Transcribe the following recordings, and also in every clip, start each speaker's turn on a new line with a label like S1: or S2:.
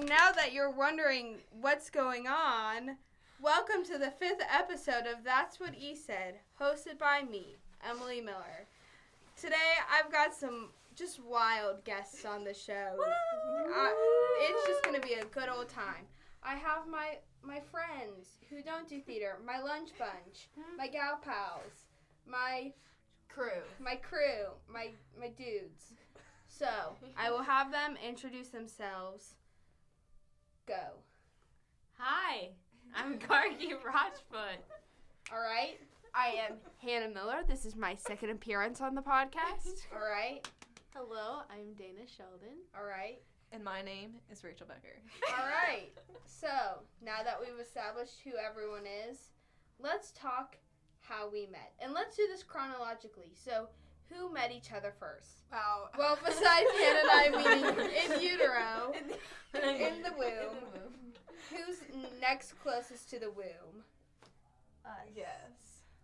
S1: now that you're wondering what's going on, welcome to the fifth episode of That's What E Said, hosted by me, Emily Miller. Today I've got some just wild guests on the show. I- it's just gonna be a good old time. I have my my friends who don't do theater, my lunch bunch, my gal pals, my
S2: crew.
S1: my crew, my my dudes. So I will have them introduce themselves. Go.
S2: Hi, I'm Gargi Rochfoot.
S1: All right.
S3: I am Hannah Miller. This is my second appearance on the podcast.
S1: All right.
S3: Hello, I'm Dana Sheldon.
S1: All right.
S4: And my name is Rachel Becker.
S1: All right. So now that we've established who everyone is, let's talk how we met, and let's do this chronologically. So who met each other first?
S2: Wow.
S1: Well, besides Hannah and I meeting in utero, in the womb, who's next closest to the womb?
S2: Yes.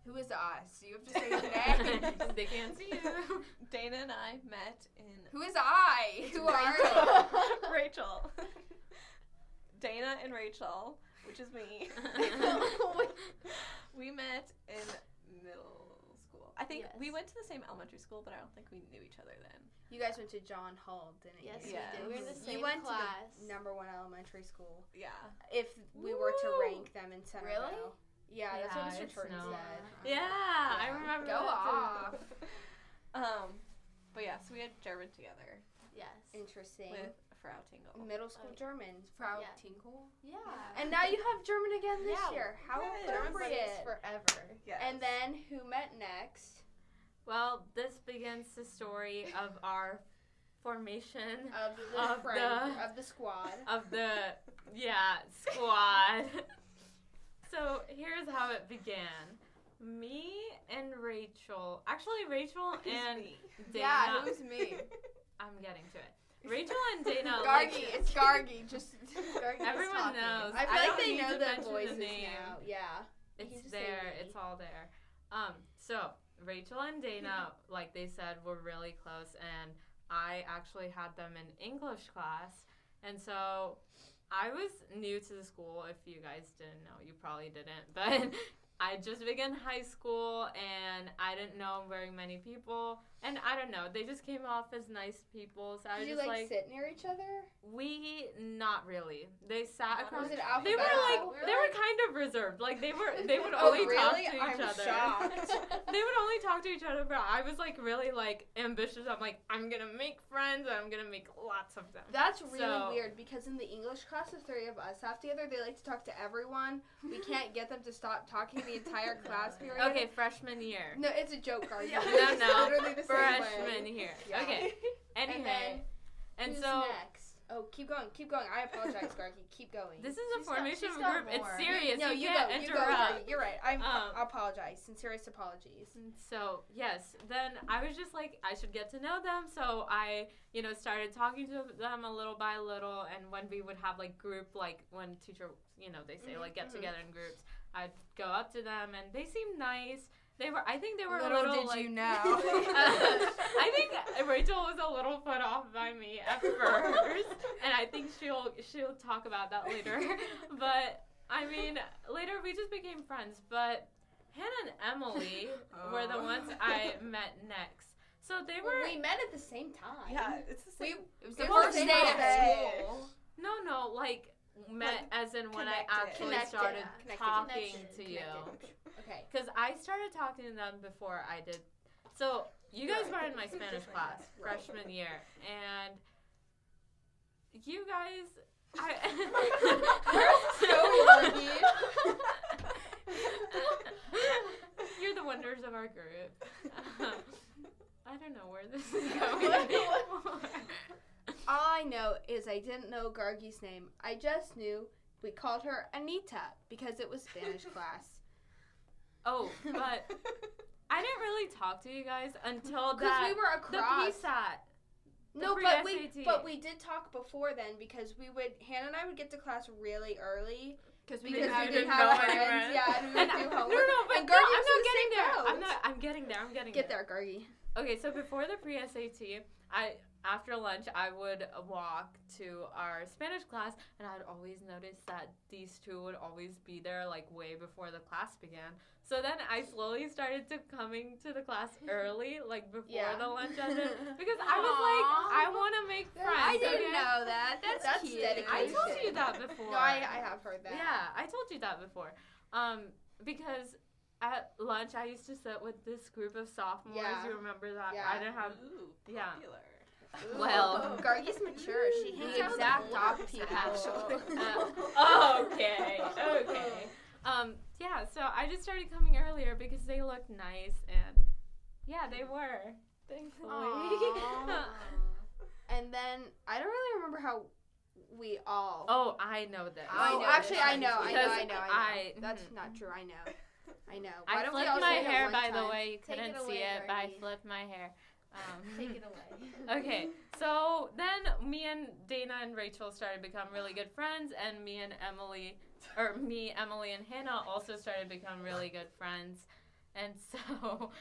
S1: Who is us? You have to
S2: they can't see you.
S4: Dana and I met in
S1: Who is I? Who are you?
S2: Rachel.
S4: Rachel. Dana and Rachel, which is me. we met in middle school. I think we
S3: Yes.
S4: went to the same elementary school, but I don't think we knew each other then.
S1: You guys went to John Hall, didn't you?
S3: Yes,
S4: Yes.
S3: we did. We were in
S4: You
S3: the same
S1: you went
S3: class.
S1: to the number one elementary school.
S4: Yeah.
S1: If we were to
S4: Woo!
S1: rank them in Centerville.
S3: Really?
S1: Yeah, that's
S2: Yeah,
S1: what Mr.
S2: it's
S1: Turton
S2: no-
S1: said.
S4: Yeah, I
S1: Yeah.
S4: remember.
S1: Go
S4: that
S1: off.
S4: um, but yeah, so we had German together
S3: Yes.
S1: Interesting.
S4: with Frau Tingle.
S1: Middle school
S3: Oh.
S1: German.
S2: Frau
S3: Yeah.
S2: Tinkle.
S3: Yeah.
S2: Uh,
S1: And now you have German again this
S3: Yeah,
S1: year. How
S4: good.
S1: appropriate.
S2: forever.
S4: Yes.
S1: And then who met next
S5: Well, this begins the story of our formation
S1: of the
S5: Of
S1: friend
S5: the-
S1: of the squad?
S5: of the yeah, squad. so, here's how it began. Me and Rachel. Actually, Rachel
S4: Who's
S5: and
S4: me?
S5: Dana.
S2: Yeah, who's me?
S5: I'm getting to it. Rachel and Dana Oh, like
S2: Gargi. It's Gargi. Just Gargi
S5: Everyone knows.
S1: I feel
S5: I
S1: like
S5: don't
S1: they
S5: need
S1: know
S5: to
S1: the
S5: mention the
S1: voices
S5: name.
S1: now. Yeah. You can
S5: it's
S1: just say
S5: there.
S1: me.
S5: It's all there. Um, so Rachel and Dana, like they said, were really close, and I actually had them in English class, and so I was new to the school. If you guys didn't know, you probably didn't, but. I just began high school and I didn't know very many people. And I don't know, they just came off as nice people. So I was
S1: Did you
S5: just
S1: like, sit near each other?
S5: we not really. They sat
S2: Not
S5: across
S1: Was it
S5: they
S1: Wow.
S5: were like
S1: alphabetical?
S2: We
S5: they were kind of reserved. Like they were they would
S1: Oh,
S5: only talk to
S1: really?
S5: each
S1: I'm
S5: other.
S1: shocked.
S5: They would only talk to each other, but I was like really like ambitious. I'm like I'm gonna make friends and I'm gonna make lots of them.
S1: That's really
S5: So-
S1: weird because in the English class, the three of us have together. They like to talk to everyone. We can't get them to stop talking the entire class period.
S5: Okay, freshman year.
S1: No, it's a joke, Gargi.
S2: Yeah.
S1: It's
S5: No, no.
S1: Literally the same
S5: Freshman
S1: way.
S5: year.
S1: Yeah.
S5: Okay. Anyway,
S1: And
S5: and,
S1: then Who's
S5: so
S1: next? Oh, keep going, keep going. I apologize, Gargi. Keep going.
S5: this is a
S2: She's got-
S5: formation
S2: she's
S5: of a
S2: got
S5: group. It's
S2: more.
S5: serious.
S1: no,
S5: you,
S1: you,
S5: can't
S1: go. You go,
S5: interrupt.
S1: Gargi. You're right. I'm,
S5: Um,
S1: I apologize. Sincerest apologies.
S5: And So yes, then I was just like I should get to know them. So I, you know, started talking to them a little by little. And when we would have like group, like when teacher, you know, they say like get
S1: mhm.
S5: together in groups, I'd go up to them and they seemed nice. They were, I think they were
S1: Little
S5: a little
S1: did
S5: like.
S1: you
S5: Uh,
S1: know.
S5: I think Rachel was a little put off by me at first, and I think she'll she'll talk about that later. But I mean, later we just became friends. But Hannah and Emily were the ones I met next. So they were
S1: we met at the same time.
S4: yeah, it's the
S1: We
S4: same.
S2: It was
S1: the
S2: the
S1: Well,
S2: first
S1: they
S2: day
S1: were
S2: at
S1: there.
S2: school.
S5: no, no, like met as in when
S4: connected.
S5: I actually
S1: Connected.
S5: started
S1: Connected.
S5: talking
S3: Connected.
S5: to you
S1: Okay.
S5: because I started talking to them before I did. So you guys
S1: Right.
S5: were in my Spanish
S1: Different.
S5: class
S1: Right.
S5: freshman year, and you guys. I,
S1: Gargi.
S5: you're the wonders of our group. I don't know where this is going.
S1: All I know is I didn't know Gargi's name. I just knew we called her Anita because it was Spanish class.
S5: oh, but um, I didn't really talk to you guys until
S1: Because
S5: that
S1: we were
S5: the
S1: across.
S5: PSAT. the
S1: no,
S5: free
S1: but we
S5: SAT.
S1: but we did talk before then because we would Hannah and I would get to class really early
S2: Because we
S1: because
S2: didn't
S1: we
S2: have
S1: didn't,
S2: any
S1: have
S2: friends.
S1: friends. Yeah, and we
S5: And
S1: would
S5: I-
S1: do
S5: no,
S1: homework.
S5: no, but
S1: and
S5: no,
S1: Gargi
S5: I'm
S1: was in
S5: not
S1: the
S5: getting
S1: same
S5: there.
S1: boat.
S5: I'm not. I'm getting there. I'm getting
S1: Get
S5: there.
S1: there, Gargi.
S5: Okay, so before the pre SAT, I after lunch I would walk to our Spanish class, and I'd always notice that these two would always be there like way before the class began. So then I slowly started to coming to the class early, like before
S1: Yeah.
S5: the lunch ended, because I was like, I want to make friends.
S6: I
S5: okay?
S6: didn't know that. That's,
S1: That's
S6: cute.
S1: dedication.
S5: I told you that before.
S1: No, I, I have heard that.
S5: Yeah, I told you that before. Um, because at lunch I used to sit with this group of sophomores.
S1: Yeah.
S5: You remember that?
S1: Yeah.
S5: I didn't have.
S4: Ooh,
S5: yeah.
S4: popular.
S5: Well.
S1: Gargi's mature. She hangs
S6: The
S1: out with
S6: exact
S1: older
S6: opposite, actually.
S1: people.
S5: okay, okay. Um, yeah. So I just started coming earlier because they looked nice and yeah, they were.
S2: Oh,
S5: Thankfully.
S1: Aw. And then I don't really remember how we all.
S5: oh, I know this.
S1: I know. Actually,
S2: this.
S1: I know. I know.
S5: Because
S1: I know. I
S5: I-
S1: know. That's
S5: mhm.
S1: not true. I know. I know.
S5: I
S1: don't we all
S5: flipped my
S1: say it at
S5: hair,
S1: one
S5: by
S1: time?
S5: the way. You
S2: Take
S5: couldn't
S2: it
S5: see
S2: away,
S5: it, but I
S2: Darkie.
S5: flipped my hair. Um,
S2: Take it away.
S5: Okay, so then me and Dana and Rachel started to become really good friends, and me and Emily, or me, Emily, and Hannah also started to become really good friends. And so,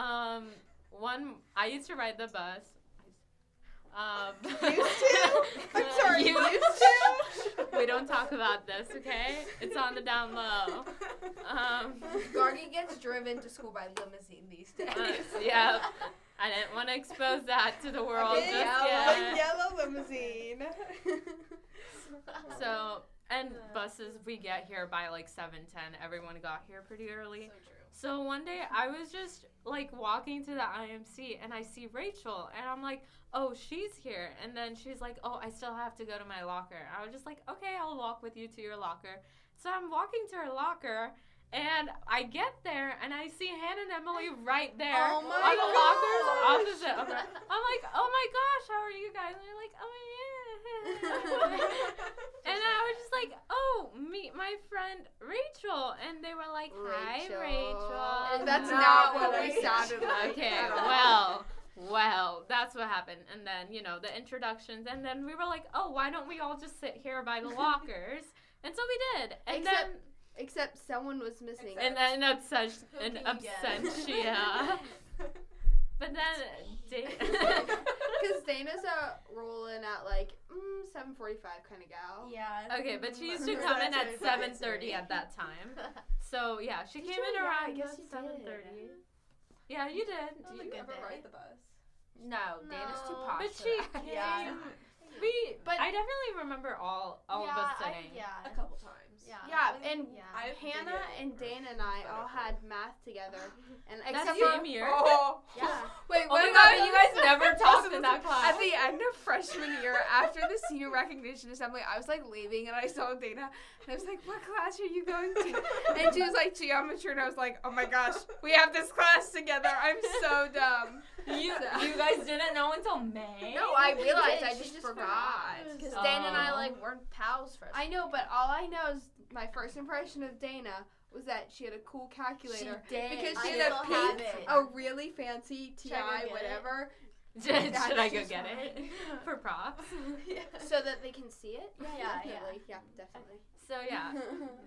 S5: um, one, I used to ride the bus. Um,
S1: Used to? I'm sorry.
S5: You-
S1: used to.
S5: we don't talk about this, okay? It's on the down low. Um,
S1: Gargi gets driven to school by limousine these days.
S5: uh, yeah, I didn't want to expose that to the world
S1: Big
S5: just
S1: yellow-
S5: yet.
S1: yellow limousine.
S5: So and buses we get here by like seven ten. Everyone got here pretty early. So one day I was just like walking to the IMC and I see Rachel and I'm like, oh she's here. And then she's like, oh I still have to go to my locker. I was just like, okay I'll walk with you to your locker. So I'm walking to her locker. And I get there and I see Hannah and Emily right there
S1: Oh
S5: on the
S1: my
S5: lockers opposite of her. I'm like, oh my gosh, how are you guys? And they're like, oh yeah. And I was just like, oh, meet my friend Rachel. And they were like, hi, Rachel.
S1: That's
S5: And
S1: not
S5: I-
S1: what we sounded like.
S5: Okay,
S1: at all.
S5: well, well, that's what happened. And then, you know, the introductions. And then we were like, oh, why don't we all just sit here by the lockers? and so we did. And
S1: Except- Except someone was missing.
S5: then, and then an obsession, an
S2: Again.
S5: absentia. but then, da-
S1: Because Dana's a rolling at like mm, 7:45 kind of gal.
S2: Yeah.
S5: okay, but she used to come in at 7:30 at that time. So yeah, she
S6: Did
S5: came
S6: you?
S5: in
S6: Yeah, I
S5: around
S6: guess you did.
S5: seven thirty. Yeah, you did.
S4: Do
S6: was
S4: you
S6: a good
S4: ever
S6: day.
S4: ride the bus?
S6: No, Dana's too
S1: No.
S6: posh.
S5: But
S6: for
S5: she
S6: that.
S5: came.
S2: Yeah.
S5: We, but
S6: But-
S5: I definitely remember all all
S2: yeah,
S5: of us
S2: I-
S5: sitting.
S2: yeah.
S4: A couple times.
S2: Yeah.
S1: Yeah,
S2: I mean,
S1: and
S2: yeah.
S4: I have
S1: Hannah
S4: video
S1: and
S4: of
S1: Dana and I all had math together, and
S5: That
S1: except
S5: same
S1: for
S5: year.
S1: Oh,
S2: Yeah.
S1: wait,
S5: Oh
S1: what
S5: my god,
S1: about
S5: you guys never talked in that class.
S6: At the end of freshman year, after the senior recognition assembly, I was like leaving and I saw Dana and I was like, What class are you going to? And she was like, Geometry. And I was like, Oh my gosh, we have this class together. I'm so dumb.
S5: you,
S6: So-
S5: you guys didn't know until May.
S1: No, I
S6: We
S1: realized
S6: did,
S1: I
S6: she
S1: just,
S6: just
S1: forgot.
S6: forgot.
S2: Because
S5: Oh.
S2: Dan and I like weren't pals first.
S1: I know, but all I know is my first impression of Dana was that she had a cool calculator.
S6: did.
S1: Because
S2: I
S1: she had a
S2: still have
S1: pink, Oh,
S2: it.
S1: a really fancy TI,
S2: Should I go get it?
S1: whatever,
S5: Should I go
S1: She's
S5: get it for props?
S1: so that they can see it.
S2: Yeah, yeah.
S1: definitely. Yeah, definitely.
S5: So yeah,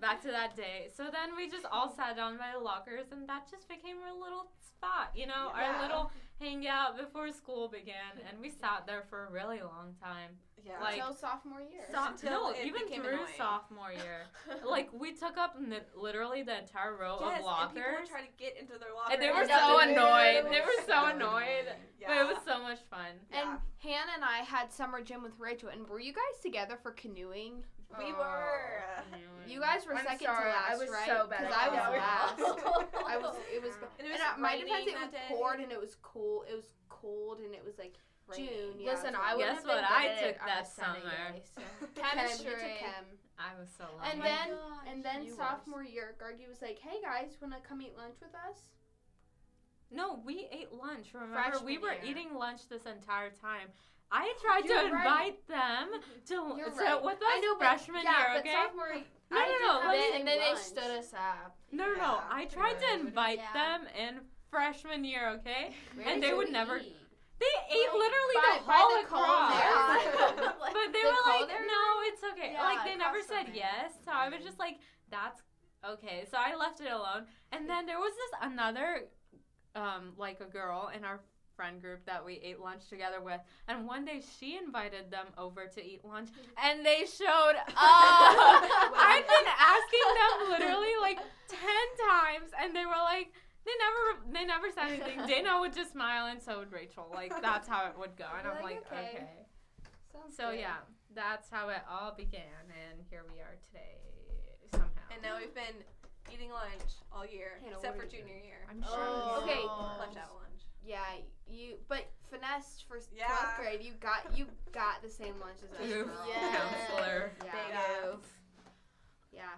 S5: back to that day. So then we just all sat down by the lockers, and that just became our little spot, you know,
S1: Yeah.
S5: our little hangout before school began, and we sat there for a really long time.
S4: Yeah.
S5: Like-
S1: Until sophomore year.
S4: So-
S5: So,
S4: Until
S5: no,
S4: it
S5: even
S4: became
S5: through
S4: annoying.
S5: sophomore year, like we took up n- literally the entire
S4: yes,
S5: row of
S4: and people would
S5: lockers,
S4: try to get into their locker.
S5: and they were
S1: And up
S5: so
S1: the
S5: annoyed.
S1: middle.
S5: They were so
S1: So
S5: annoyed, but
S4: Yeah.
S5: it was so much fun.
S1: And Hannah and I had summer gym with Rachel, and were you guys together for canoeing?
S4: we were.
S1: You guys were
S6: I'm
S1: second to
S6: sorry,
S1: last,
S6: I was
S1: right?
S6: so bad
S1: Because
S6: at
S1: Mm. I
S6: that.
S1: was last. I was. It was.
S4: And it was
S1: and uh, my defense, it
S4: raining
S1: was
S4: that day.
S1: poured and it was cool. It was cold and it was like June. Yeah,
S6: Listen,
S1: it
S6: I
S1: was raining.
S6: would
S5: Guess
S6: have been
S5: what
S6: good at
S5: I
S6: it
S5: took
S6: on a
S5: that
S6: sunny
S5: summer?
S6: day, so.
S1: Chemistry.
S2: Chemistry.
S5: I was so
S1: And
S5: lonely.
S1: then- And then
S2: Oh you were.
S1: sophomore year, Gargi was like, "Hey guys, wanna come eat lunch with us?"
S5: no, we ate lunch. Remember,
S6: Freshman
S5: we were
S6: year.
S5: eating lunch this entire time. I tried
S1: You're
S5: to
S1: right.
S5: invite them to
S1: You're
S5: sit
S1: right.
S5: with us
S1: I know, but
S5: freshman
S1: yeah,
S5: year.
S1: but
S5: okay.
S1: sophomore.
S5: No,
S1: I
S5: no,
S1: did
S5: no,
S1: not
S5: let
S1: eat
S6: and then
S1: lunch.
S6: they stood us up.
S5: No, no, no.
S1: Yeah,
S5: I tried
S6: yeah.
S5: to invite
S2: Yeah.
S5: them in freshman year, okay?
S6: Where
S5: And
S6: did
S5: they
S6: you
S5: would never-
S6: eat?
S5: They ate literally
S1: by-
S5: the
S1: by
S5: whole
S1: the
S5: across.
S1: culinary.
S2: Like,
S5: But they
S6: The
S5: were like,
S6: culinary
S5: no, it's okay.
S2: Yeah,
S5: like, they never
S2: across
S5: said
S2: from it.
S5: yes. So I was just like, that's okay. So I left it alone. And then there was this another, um, like, a girl in our friend group that we ate lunch together with. And one day she invited them over to eat lunch, and they showed up. I've been asking them literally like ten times, and they were like, they never, they never said anything. Dana would just smile, and so would Rachel. Like that's how it would go. And I'm like,
S1: Like,
S5: okay.
S1: okay. Sounds
S5: So
S1: good.
S5: yeah, that's how it all began, and here we are today somehow.
S4: And now we've been eating lunch all year,
S1: Hannah,
S4: except
S1: what
S4: for
S1: are you
S4: junior year.
S5: I'm sure.
S1: Oh.
S5: this-
S1: Okay.
S4: Left out lunch.
S1: Yeah, you but finessed for twelfth
S4: Yeah.
S1: grade. You got you got the same lunch as us.
S5: Oof,
S1: girl.
S7: Yes.
S5: counselor.
S1: Yeah.
S4: Big
S1: Yeah.
S4: oof.
S1: Yeah.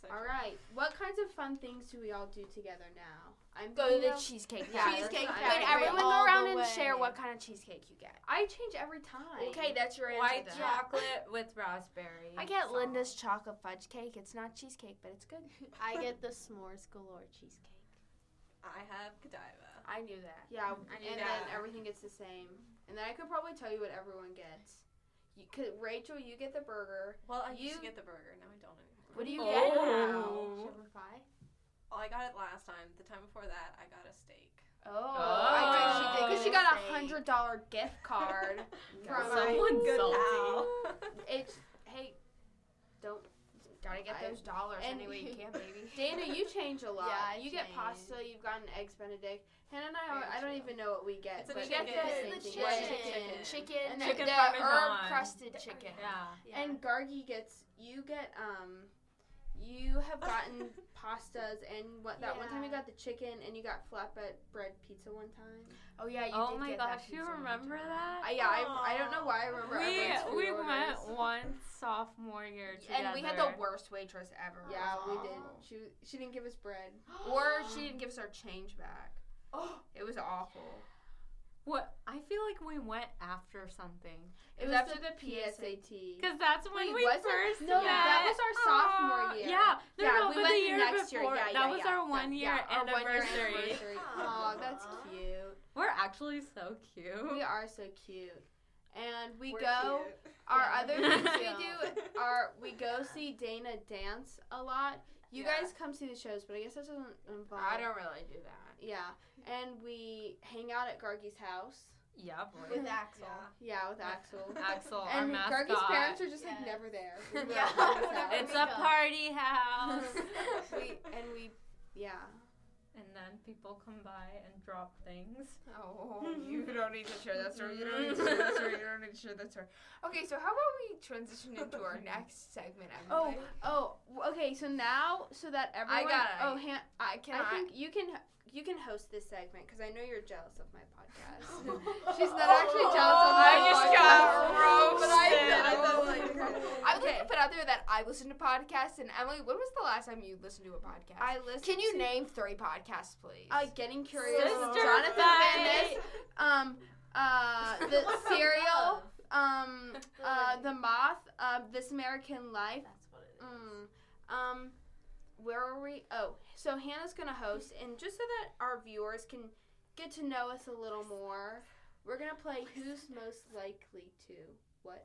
S4: So
S1: All right. What kinds of fun things do we all do together now? I'm
S8: Go to
S1: thinking
S8: the
S1: of-
S8: cheesecake
S1: Yeah, Cheesecake
S8: factory. Wait,
S1: Factory
S8: everyone go
S1: all
S8: around
S1: the
S8: and share
S1: way.
S8: what kind of cheesecake you get.
S1: I change every time.
S8: Okay, that's your answer.
S5: White
S8: then.
S5: chocolate with raspberry.
S8: I get
S5: sauce.
S8: Linda's chocolate fudge cake. It's not cheesecake, but it's good.
S2: I get the s'mores galore cheesecake.
S4: I have Godiva.
S8: I knew that.
S1: Yeah,
S5: I
S1: and
S5: knew
S1: then
S4: that.
S1: everything gets the same. And then I could probably tell you what everyone gets. You could, Rachel, you get the burger.
S4: Well, I
S1: You-
S4: used to get the burger. Now I don't anymore.
S1: What do you get
S5: Oh.
S1: now? Shepherd pie.
S4: Well, I got it last time. The time before that, I got a steak.
S1: Oh, I think she did because she got a
S2: Oh.
S1: hundred dollar gift card from
S5: Someone
S4: Good
S5: salty.
S4: pal.
S1: It's hey, don't
S8: Gotta get
S1: I-
S8: those dollars
S1: and-
S8: any way you can, baby.
S1: Dana, you change a lot.
S2: Yeah, I
S1: you get pasta. You've gotten eggs Benedict. Hannah and I,
S4: Very
S1: I don't
S4: true.
S1: even know what we get.
S4: It's a
S1: but
S8: We get
S1: we
S8: the,
S1: the
S8: the
S1: same
S8: chicken,
S1: thing.
S4: Chicken.
S8: chicken,
S1: And
S8: and
S1: the-
S8: chicken
S1: the
S5: Oh.
S8: herb
S5: parmesan.
S8: crusted chicken.
S5: Yeah.
S1: And Gargi gets you get um you have gotten pastas and what that one time you
S2: Yeah.
S1: got the chicken and you got flatbread bread pizza one time.
S8: Oh yeah, you
S5: oh
S8: did
S5: my
S8: get that
S5: gosh, you
S8: pizza one
S5: remember
S8: time.
S5: that?
S1: I, yeah, I, I don't know why I remember. everyone's food
S5: we we
S1: orders.
S5: went one sophomore year together.
S8: And we had the worst waitress ever.
S1: Yeah,
S8: It
S1: we
S8: was
S1: did.
S8: awful.
S1: She she didn't give us bread.
S8: Or she didn't give us our change back. It was awful.
S5: What? I feel like we went after something.
S1: It was after the PSAT.
S5: Because that's when
S1: Wait,
S5: we
S1: was it?
S5: first
S1: No,
S5: met.
S1: that was our sophomore
S5: Aw,
S1: year.
S5: Yeah, no,
S1: Yeah,
S5: no,
S1: we
S5: but
S1: went
S5: the
S1: the
S5: year
S1: next year.
S5: before,
S1: Yeah,
S5: that
S1: yeah,
S5: was
S1: yeah.
S5: our one year
S1: yeah, our one year
S5: anniversary.
S1: anniversary. Oh, that's cute.
S5: We're actually so cute.
S1: We are so cute. And we
S4: We're
S1: go.
S4: cute.
S1: Our
S2: Yeah.
S1: other things we
S2: Yeah.
S1: do are we go see Dana dance a lot. You
S4: Yeah.
S1: guys come see the shows, but I guess that doesn't involve.
S8: I don't really do that.
S1: Yeah, and we hang out at Gargi's house.
S5: yeah, boy.
S2: With Axel.
S4: Yeah.
S1: Yeah, Oh, with Axel.
S5: Axel, our
S1: and
S5: mascot.
S1: Gargi's parents are just like
S2: Yes.
S1: never there.
S2: Yeah.
S1: yeah.
S5: it's a party house.
S1: we and we, yeah.
S5: and then people come by and drop things.
S3: Oh, you don't need to share that story. You don't need to share that story. You don't need to share that story. Okay, so how about we transition into our next segment?
S1: Oh,
S3: Emily?
S1: oh, w- okay. So now, so that everyone.
S3: gotta-
S1: Oh, Han-
S3: I cannot.
S1: I think you can you can host this segment because I know you're jealous of my podcast. She's not
S4: Oh.
S1: actually
S5: Oh,
S1: jealous of my
S3: I just
S1: podcast,
S3: got
S1: but I
S3: roasted.
S1: said I
S3: Oh my
S1: was like,
S3: I would like to put out there that I listen to podcasts, and Emily, when was the last time you listened to a podcast?
S1: I listened.
S8: Can you
S1: to,
S8: name three podcasts, please?
S1: Uh, getting curious.
S5: Sister
S1: Jonathan
S5: Fight.
S1: Van Ness, Um. Uh. The serial. Um. Uh. The moth. Uh. This American Life.
S2: That's what it
S1: Mm. Um, where are we? Oh, so Hannah's gonna host, and just so that our viewers can get to know us a little more, we're gonna play Who's Most Likely to What?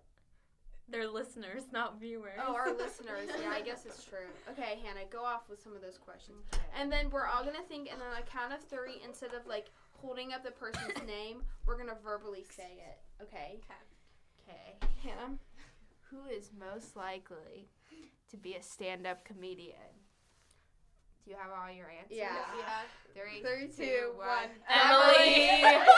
S5: They're listeners, not viewers.
S1: Oh, our listeners. Yeah, I guess it's true. Okay, Hannah, go off with some of those questions, and then we're all gonna think, and on a count of three, instead of like holding up the person's name, we're gonna verbally say it. Okay.
S8: okay.
S1: Hannah.
S8: Who is most likely to be a stand-up comedian? Do you have all your answers?
S1: Yeah.
S8: Three.
S1: Three, two, one.
S5: Emily.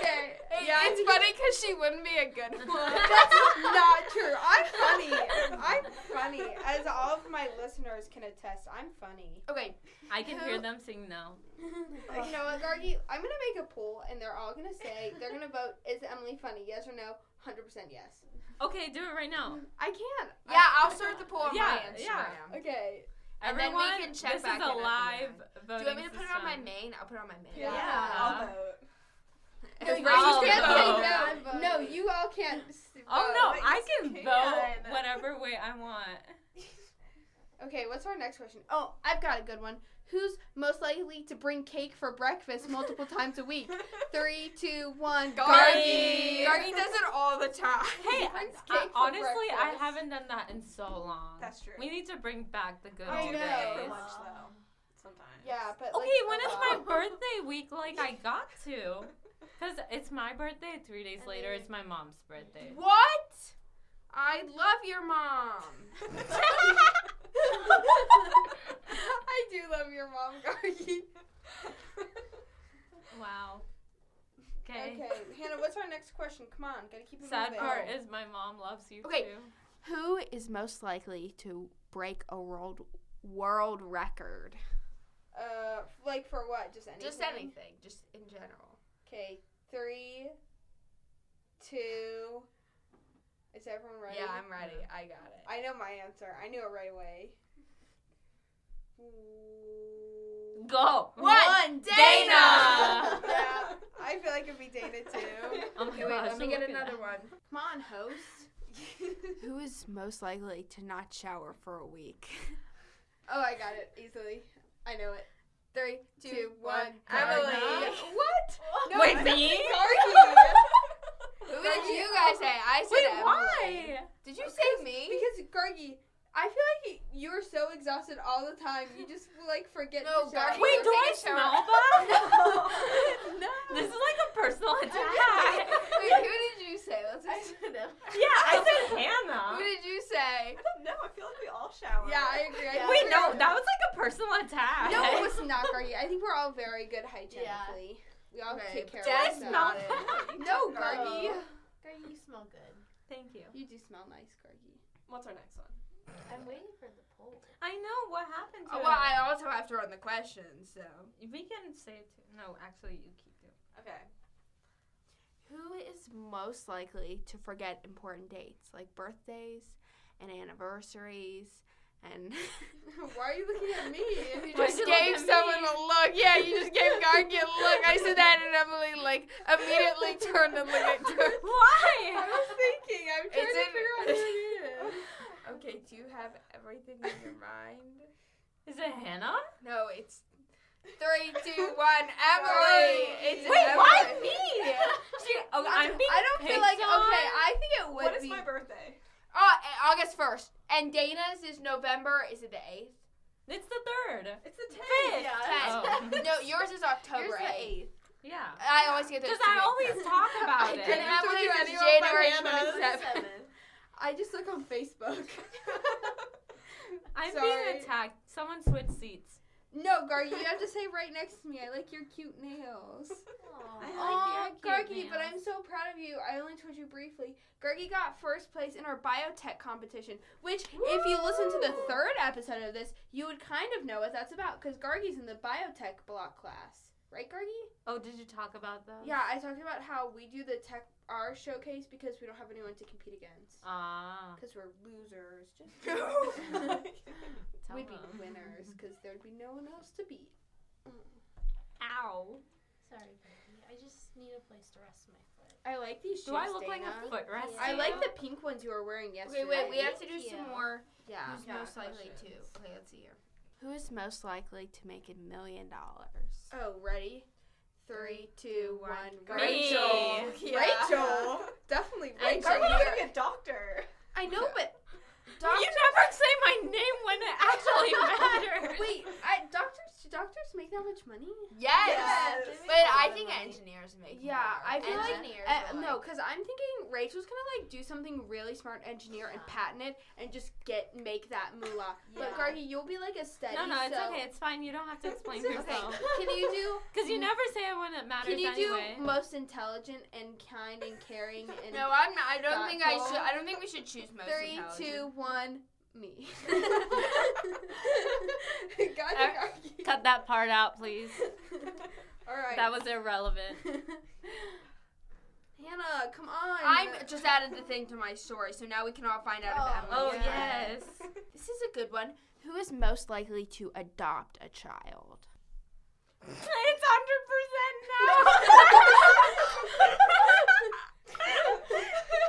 S1: Okay.
S3: yeah, it's funny because she wouldn't be a good one.
S1: That's not true. I'm funny. I'm funny. As all of my listeners can attest, I'm funny.
S8: Okay.
S5: I can hear them sing no.
S1: You know what, Gargi? I'm gonna make a poll, and they're all gonna say they're gonna vote. Is Emily funny? Yes or no? Hundred percent yes.
S5: Okay, do it right now.
S1: I can't.
S3: yeah, I'll start the poll on
S5: Yeah,
S3: my Instagram.
S5: yeah.
S1: Okay.
S8: And then we
S5: Everyone,
S8: can check
S5: this
S8: back in
S5: is
S8: at
S5: a
S8: the
S5: live
S8: end.
S5: voting
S8: Do you want me to put it on my
S5: system.
S8: main? I'll put it on my main.
S4: Yeah,
S5: Yeah.
S4: I'll vote.
S8: Because
S5: Yeah.
S8: Rachel's
S5: I'll
S8: gonna
S5: vote.
S8: say no.
S1: no. Oh. No, you all can't. s-
S5: Oh no,
S4: Wait,
S5: I
S4: you can.
S5: can vote whatever way I want.
S1: vote. Okay, what's our next question? Oh, I've got a good one. Who's most likely to bring cake for breakfast multiple times a week? Three, two, one.
S5: Gargi.
S1: Gargi.
S3: Gargi does it all the time.
S5: Hey, I,
S1: brings
S5: I-
S1: cake for
S5: honestly, I
S1: breakfast.
S5: haven't done that in so long.
S4: That's true.
S5: We need to bring back the good
S4: I
S5: old
S4: do that for
S5: days.
S4: lunch though. Sometimes.
S1: Yeah, but
S5: Okay,
S1: like,
S5: when
S1: a
S5: it's
S1: lot.
S5: my birthday week, like I got to. Because it's my birthday, three days
S2: And
S5: later,
S2: then-
S5: it's my mom's birthday.
S8: What? I love your mom. I do love your mom, Gargi.
S5: Wow. Okay.
S1: Okay, Hannah, what's our next question? Come on, gotta keep it
S5: Sad
S1: moving.
S5: part is my mom loves you
S9: Okay.
S5: too.
S9: Who is most likely to break a world world record?
S1: Uh, like for what? Just anything.
S8: Just anything, just in general.
S1: Okay, three, two. Is everyone ready?
S8: Yeah, I'm ready. I got it.
S1: I know my answer. I knew it right away.
S5: Go.
S8: One,
S5: Dana!
S1: yeah, I feel like it'd be Dana too.
S5: Oh my
S8: Okay, wait,
S5: gosh,
S8: let me
S5: look
S8: get
S5: at
S8: another
S5: that.
S8: one. Come on, host.
S9: Who is most likely to not shower for a week?
S1: oh, I got it easily. I know it.
S8: Three, two, one.
S5: Emily.
S8: Emily.
S1: What?
S5: Wait,
S1: I-
S5: me?
S1: Gargi.
S8: Who
S1: Gargi,
S8: did you guys say? I said
S5: Wait,
S8: Emily.
S5: why?
S8: Did you say me?
S1: um, Because Gargi, I feel like you're so exhausted all the time. You just like forget. to
S8: No,
S1: shower.
S8: Gargi,
S5: Wait, do
S8: go
S5: I
S8: take a
S5: smell
S8: shower.
S5: bad?
S1: no.
S5: This is like a personal attack.
S8: Wait, who did you say? Let's
S2: I
S8: just,
S2: said Emily.
S5: yeah, I said
S8: who
S5: Hannah.
S8: did you say?
S4: I don't know. I feel like we all shower.
S1: Yeah, I agree. I
S2: Yeah.
S1: think
S5: Wait,
S1: we're-
S5: no, that was like a personal attack.
S1: No, it was not Gargi. I think we're all very good hygienically. We all take
S8: Okay,
S1: care
S8: but
S1: of
S5: I
S8: that's
S1: ourselves.
S5: smell
S8: not it.
S5: bad.
S1: No,
S8: No.
S1: Gargi.
S2: Girl, you smell good.
S5: Thank you.
S1: You do smell nice, Gargi.
S4: What's our next one?
S2: I'm waiting for the poll.
S5: I know what happened to
S8: Oh,
S5: it.
S8: well, I also have to run the questions, so.
S5: We can say it too. No, actually, you keep doing.
S4: Okay.
S9: Who is most likely to forget important dates like birthdays and anniversaries and
S1: Why are you looking at me?
S9: You
S5: Why'd
S9: just
S5: you look
S9: gave
S5: at
S9: someone
S5: me?
S9: a look. Yeah, you just gave Gargi a look. I said that and Emily like immediately turned and looked at her.
S1: I
S5: Why?
S1: was thinking. I'm trying
S8: It's
S1: to
S8: in-
S1: figure out who it is.
S8: Okay, do you have everything in your mind?
S5: Is it Hannah?
S8: No, it's three, two, one. Emily.
S1: Sorry.
S8: It's
S1: Wait,
S8: Emily.
S1: why
S5: me? She, oh, I'm being
S8: I don't feel
S5: picked
S8: like okay.
S5: on.
S8: I think it would
S4: What is
S8: be.
S4: my birthday?
S8: oh, a- August first, and Dana's is November. Is it the eighth?
S5: It's the third.
S4: It's the
S5: Fifth.
S4: tenth.
S5: Oh.
S8: No, yours is October
S2: Here's the
S8: eighth.
S2: eighth.
S5: Yeah.
S8: I always get those.
S5: Because
S8: two
S5: I
S8: mixed
S5: always
S8: up.
S5: talk about
S8: I
S5: it.
S8: didn't have to
S1: Threw
S8: do
S1: anyone but
S8: January
S1: Hannah.
S8: twenty seventh.
S1: I just look on Facebook.
S5: I'm
S1: Sorry.
S5: being attacked. Someone switch seats.
S1: no, Gargi, you have to say right next to me. I like your cute nails.
S2: Aw.
S5: I
S1: Oh,
S5: like your
S1: Gargi,
S5: cute
S1: but
S5: nails.
S1: I'm so proud of you. I only told you briefly. Gargi got first place in our biotech competition, which, if you listen to the third episode of this, you would kind of know what that's about because Gargi's in the biotech block class. Right, Gargi?
S5: Oh, did you talk about those?
S1: Yeah, I talked about how we do the tech our showcase because we don't have anyone to compete against.
S5: Ah.
S1: Because we're losers. Just
S5: tell
S1: we'd be
S5: them.
S1: winners because there'd be no one else to beat.
S5: Ow.
S2: Sorry, baby. I just need a place to rest my foot.
S1: I like these shoes.
S5: Do I look like
S1: Dana.
S5: a foot rest?
S1: I
S2: Yeah.
S1: like the pink ones you were wearing yesterday.
S8: Okay, wait. We have to do
S2: Thank
S8: some
S2: you.
S8: more.
S1: yeah.
S8: Who's
S4: Yeah,
S8: most likely to?
S4: questions.
S8: Okay, let's see here.
S9: Who is most likely to make a million dollars?
S1: Oh, ready?
S8: Three, two, one.
S1: Me.
S8: Rachel.
S1: Rachel. Definitely
S8: And
S1: Rachel.
S4: Gargi,
S8: Gargi,
S4: you're
S8: you're-
S4: gonna be a doctor.
S8: I know, but
S5: You never say my name when it actually matters.
S1: Wait, I, doctors do doctors make that much money?
S8: yes.
S4: Yes.
S8: But I think engineers make.
S1: Yeah,
S8: more.
S1: I feel like-
S8: engineers.
S1: Uh,
S8: are
S1: no,
S8: like-
S1: because I'm thinking Rachel's gonna like do something really smart, engineer and
S2: Yeah.
S1: patent it, and just get make that moolah. But
S4: Yeah.
S1: Gargi, you'll be like a steady.
S5: No, no, it's
S1: so-
S5: okay. It's fine. You don't have to explain
S1: Okay.
S5: yourself.
S1: Can you do?
S5: Because you never say it when it matters
S1: Can you
S5: anyway.
S1: do most intelligent and kind and caring and?
S8: No, I'm not. I don't think I
S1: thoughtful.
S8: should. I don't think we should choose most.
S1: Three,
S8: intelligent.
S1: two, one, me. gotcha, Gargi.
S5: Cut that part out, please.
S1: All right.
S5: That was irrelevant.
S1: Hannah, come on.
S8: I just added the thing to my story, so now we can all find out if
S5: Oh,
S8: Emily. is right.
S5: yes.
S8: This is a good one.
S9: Who is most likely to adopt a child?
S5: It's 100% no.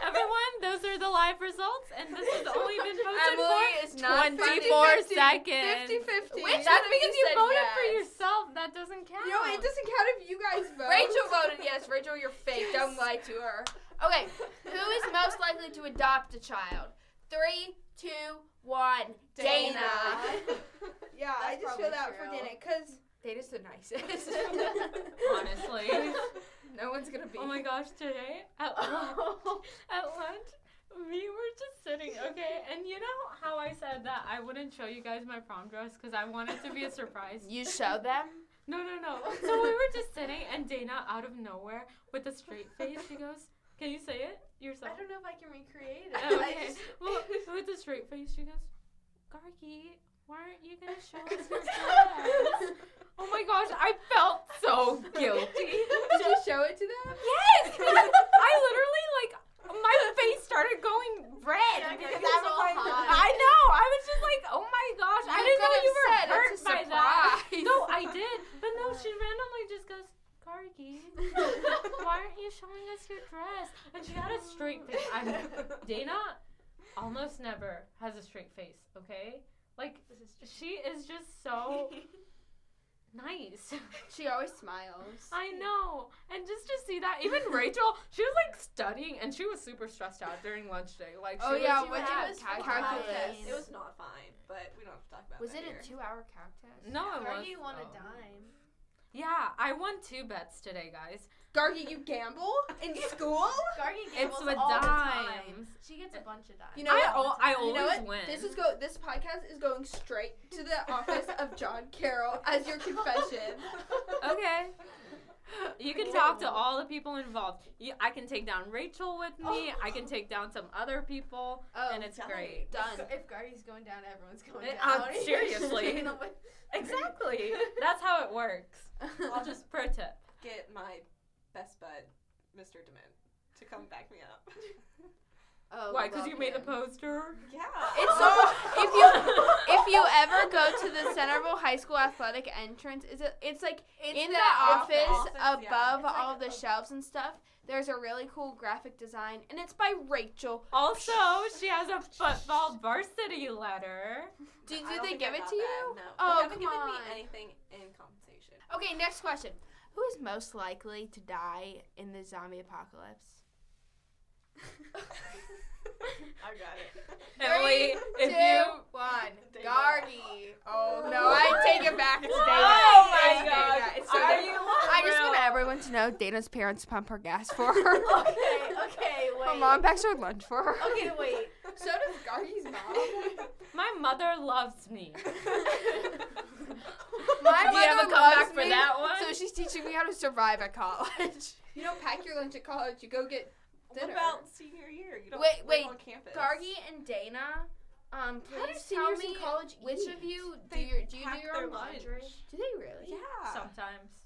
S5: Everyone, those are the live results, and this has only been posted
S8: Emily is not
S5: for 24
S1: 50,
S5: seconds.
S1: 50 50.
S8: Which
S5: That's
S8: one of
S5: because you
S8: said
S5: voted
S8: yes?
S5: for yourself. That doesn't count.
S1: No, it doesn't count if you guys vote.
S8: Rachel voted yes. Rachel, you're fake. Don't lie to her. Okay, who is most likely to adopt a child? Three, two, one. Dana.
S1: Yeah, I
S2: That's
S1: just feel
S2: probably
S1: that for
S2: true.
S1: Dana because
S8: Dana's the nicest.
S5: Honestly.
S10: No one's gonna be.
S5: Oh my gosh, today at lunch, at lunch, we were just sitting, okay? And you know how I said that I wouldn't show you guys my prom dress because I wanted to be a surprise?
S8: You show them?
S5: No, no, no. So we were just sitting, and Dana, out of nowhere, with a straight face, she goes, Can you say it yourself?
S2: I don't know if I can recreate it.
S5: Oh,
S2: I
S5: okay.
S2: just-
S5: well, with a straight face, she goes, Gargi, why aren't you going to show us your dress? Oh my gosh, I felt so guilty.
S11: Did you show it to them?
S5: Yes! I literally like my face started going red
S2: Yeah, 'cause
S5: because
S2: it
S5: I
S2: was
S5: was
S2: all
S5: like,
S2: hot.
S5: I know. I was just like, oh my gosh, I
S10: You
S5: didn't know
S10: could've
S5: you were
S10: said,
S5: hurt
S10: "It's a
S5: by that. No, I did, but no, she randomly just goes. Gargi, why aren't you showing us your dress? And she had a straight face. I'm, Dana almost never has a straight face, okay? Like, she is just so nice.
S11: She always smiles.
S5: I know. And just to see that, even Rachel, she was like studying and she was super stressed out during lunch day. Like, she
S10: Oh
S5: was-
S10: yeah,
S2: She
S10: what
S2: had
S10: you
S2: fine.
S10: calculus?
S4: It was not fine, but we don't have to talk about
S8: Was
S4: that
S8: it
S4: here.
S8: a two hour calc test?
S5: No, it
S2: Or
S5: was.
S2: do you want a
S5: though.
S2: dime?
S5: Yeah, I won two bets today, guys.
S1: Gargi, you gamble in school?
S2: Gargi
S5: It's
S2: gambles
S5: with
S2: all the time.
S5: dimes.
S2: She gets a bunch of dimes.
S1: You know
S5: I,
S1: what?
S5: al- I
S1: You
S5: always
S1: know what?
S5: win.
S1: This is go. This podcast is going straight to the office of John Carroll as your confession.
S5: okay. You can talk to all the people involved. You, I can take down Rachel with me. I can take down some other people,
S11: Oh,
S5: and it's great.
S11: done.
S2: if Gargi's going down, everyone's going
S5: Uh,
S2: down.
S5: seriously. Exactly. That's how it works. I'll just pro tip.
S4: Get my best bud, Mr. Dement, to come back me up.
S11: Oh,
S5: Why? Because you
S11: love
S5: made the
S11: him.
S5: poster.
S4: yeah.
S8: It's so if you if you ever go to the Centerville High School athletic entrance, is it? It's like in the, office,
S4: office, yeah.
S8: above
S4: It's
S2: like
S8: all the
S2: a-
S8: shelves and stuff. There's a really cool graphic design, and it's by Rachel.
S5: Also, she has a football varsity letter.
S8: Do, do
S4: I don't
S8: they
S4: think
S8: give
S4: I
S8: it
S4: got
S8: to you?
S4: that, No.
S8: Oh,
S4: they haven't
S8: come
S4: given
S8: on.
S4: me anything in compensation.
S8: Okay, next question. Who is most likely to die in the zombie apocalypse?
S4: I got it.
S5: Emily, if
S8: two,
S5: you.
S8: one.
S4: Dana.
S8: Gargi. Oh no, I take it back. It's Dana.
S5: Oh
S8: It's
S5: my
S8: Dana.
S5: gosh.
S8: It's
S5: Are
S8: Dana.
S5: you
S8: I just
S5: real?
S8: want everyone to know Dana's parents pump her gas for her.
S2: okay, okay, wait.
S8: Her mom packs her lunch for her.
S2: Okay, wait.
S1: So does Gargi's mom.
S5: My mother loves me.
S8: My
S5: Do you have a
S8: mother
S5: comeback
S8: loves
S5: for
S8: me,
S5: that one?
S8: So she's teaching me how to survive at college.
S1: Um, You don't pack your lunch at college. You go get
S4: What
S1: dinner.
S4: about senior year? You don't
S8: Wait,
S4: live
S8: wait,
S4: on campus.
S8: Gargi and Dana, um,
S1: How do
S8: please tell
S1: seniors
S8: me
S1: in college
S8: which
S1: eat?
S8: of you do,
S4: They
S8: your, do you
S4: pack
S8: do your own
S4: their
S8: laundry?
S4: lunch.
S8: Do they really?
S4: Yeah.
S5: Sometimes.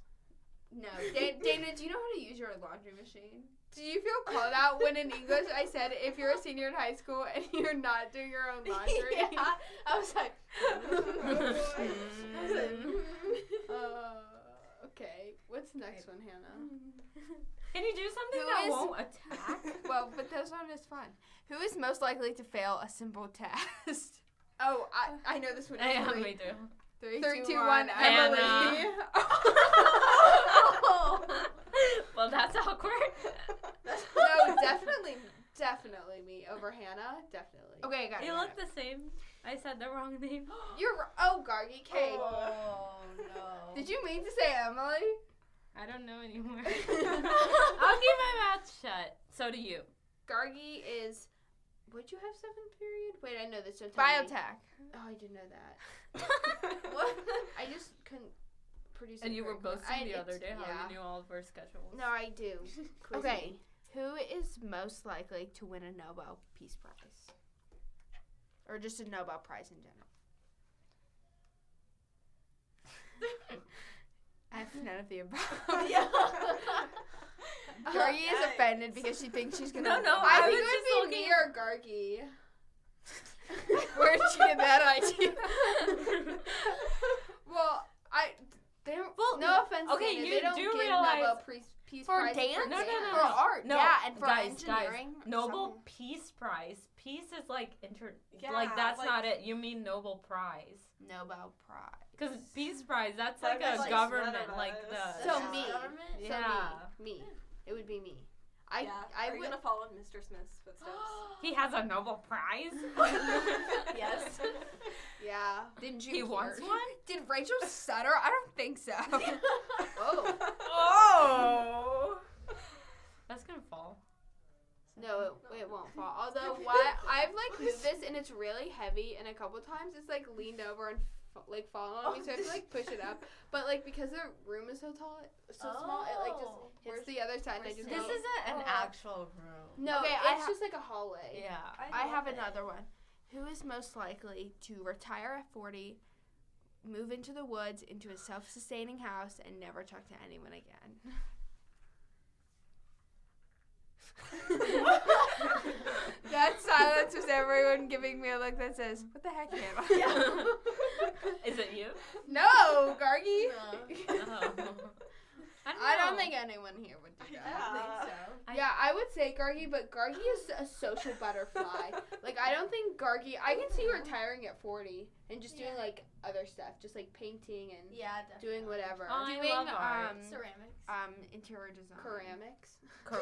S8: No. Da- Dana, do you know how to use your laundry machine?
S1: Do you feel called out when in English I said if you're a senior in high school and you're not doing your own laundry?
S2: yeah, I was like,
S1: Uh, okay. What's the next one, Hannah?
S5: Can you do something
S8: Who
S5: that
S8: is-
S5: won't attack?
S8: well, but this one is fun. Who is most likely to fail a simple test?
S1: Oh, I, I know this one.
S5: I am,
S1: Three,
S5: we do.
S8: Three,
S1: three,
S8: two,
S1: two, one.
S5: Hannah.
S1: Emily.
S5: Well, that's awkward.
S1: no, definitely, definitely me over Hannah. Definitely.
S8: Okay, I got it.
S5: You
S8: got
S5: look
S8: it.
S5: the same. I said the wrong name.
S1: You're r- oh Gargi K.
S2: oh no.
S1: Did you mean to say Emily?
S5: I don't know anymore. I'll keep my mouth shut. So do you.
S1: Gargi is. Would you have seventh period? Wait, I know this. Don't tell me.
S8: Biotech.
S1: Oh, I didn't know that.
S4: what?
S1: I just couldn't produce.
S5: And
S1: it
S5: you were
S1: very quick.
S5: boasting
S1: I-
S5: the other
S1: it's-
S5: day how
S1: yeah.
S5: you knew all of our schedules.
S1: No, I do. Quiz
S8: Okay.
S1: me.
S8: Who is most likely to win a Nobel Peace Prize? Or just a Nobel Prize in general? I have none of the above.
S4: Yeah.
S8: Gargi is offended because she thinks she's gonna.
S5: No, no,
S1: I,
S5: I
S1: think
S5: was
S1: it would
S5: just
S1: be me or Gargi.
S5: looking-
S8: Where'd she get that idea?
S1: Well, I. They don't.
S5: Well,
S1: no offense.
S5: okay,
S1: Dana,
S5: you
S1: they don't
S5: do
S1: give
S5: realize-
S1: Nobel Peace, Peace
S8: For
S1: Prize
S8: dance?
S5: No, no, no,
S8: For
S5: no.
S8: art,
S5: No,
S8: yeah, and for
S5: guys, guys,
S8: engineering. or
S5: Nobel
S8: something.
S5: Peace Prize. Peace is like inter.
S4: Yeah,
S5: like that's
S4: like-
S5: not it. You mean Nobel Prize?
S8: Nobel Prize.
S5: Because Peace Prize, that's like,
S4: Like,
S5: a
S4: like,
S5: government,
S4: none of
S5: like
S4: us.
S5: the.
S1: So
S2: That's
S1: me.
S2: Government?
S5: yeah.
S1: Me. It would be me. I.
S4: yeah.
S1: I
S4: Are you
S1: would.
S4: gonna follow in Mr. Smith's footsteps?
S5: He has a Nobel Prize.
S4: yes.
S1: Yeah.
S8: Didn't you?
S5: he wants
S8: hear-
S5: one.
S8: Did Oh. Rachel Sutter? I don't think so.
S1: Oh.
S5: Oh. shouldn't fall.
S1: No, it, it won't fall. Although what I've like moved this and it's really heavy, and a couple times it's like leaned over and f- like fallen on me, so I have to like push it up. But like because the room is so tall, so small, it like just
S2: Oh.
S1: hits the other side. And I just
S5: This
S1: go-
S5: isn't an
S2: Oh.
S5: actual room.
S1: no,
S8: Okay, I
S1: it's
S8: ha-
S1: just like a hallway.
S5: Yeah.
S8: I have
S2: love it.
S8: another one. Who is most likely to retire at 40, move into the woods, into a self sustaining house, and never talk to anyone again?
S3: That silence was everyone giving me a look that says, "What the heck, Hannah?"
S5: Is it you?
S1: No, Gargi.
S5: Oh. I don't,
S1: I don't
S5: know.
S1: think anyone here would do that.
S2: Yeah.
S5: I-
S1: Yeah, I would say Gargi, but Gargi is a social butterfly. like I don't think Gargi. I can see you retiring at forty and just doing
S2: Yeah.
S1: like other stuff, just like painting and
S2: Yeah, definitely.
S1: doing whatever.
S5: Oh, I
S8: Doing
S5: love art.
S8: um,
S2: ceramics.
S8: um interior design.
S1: Ceramics.
S5: Cor-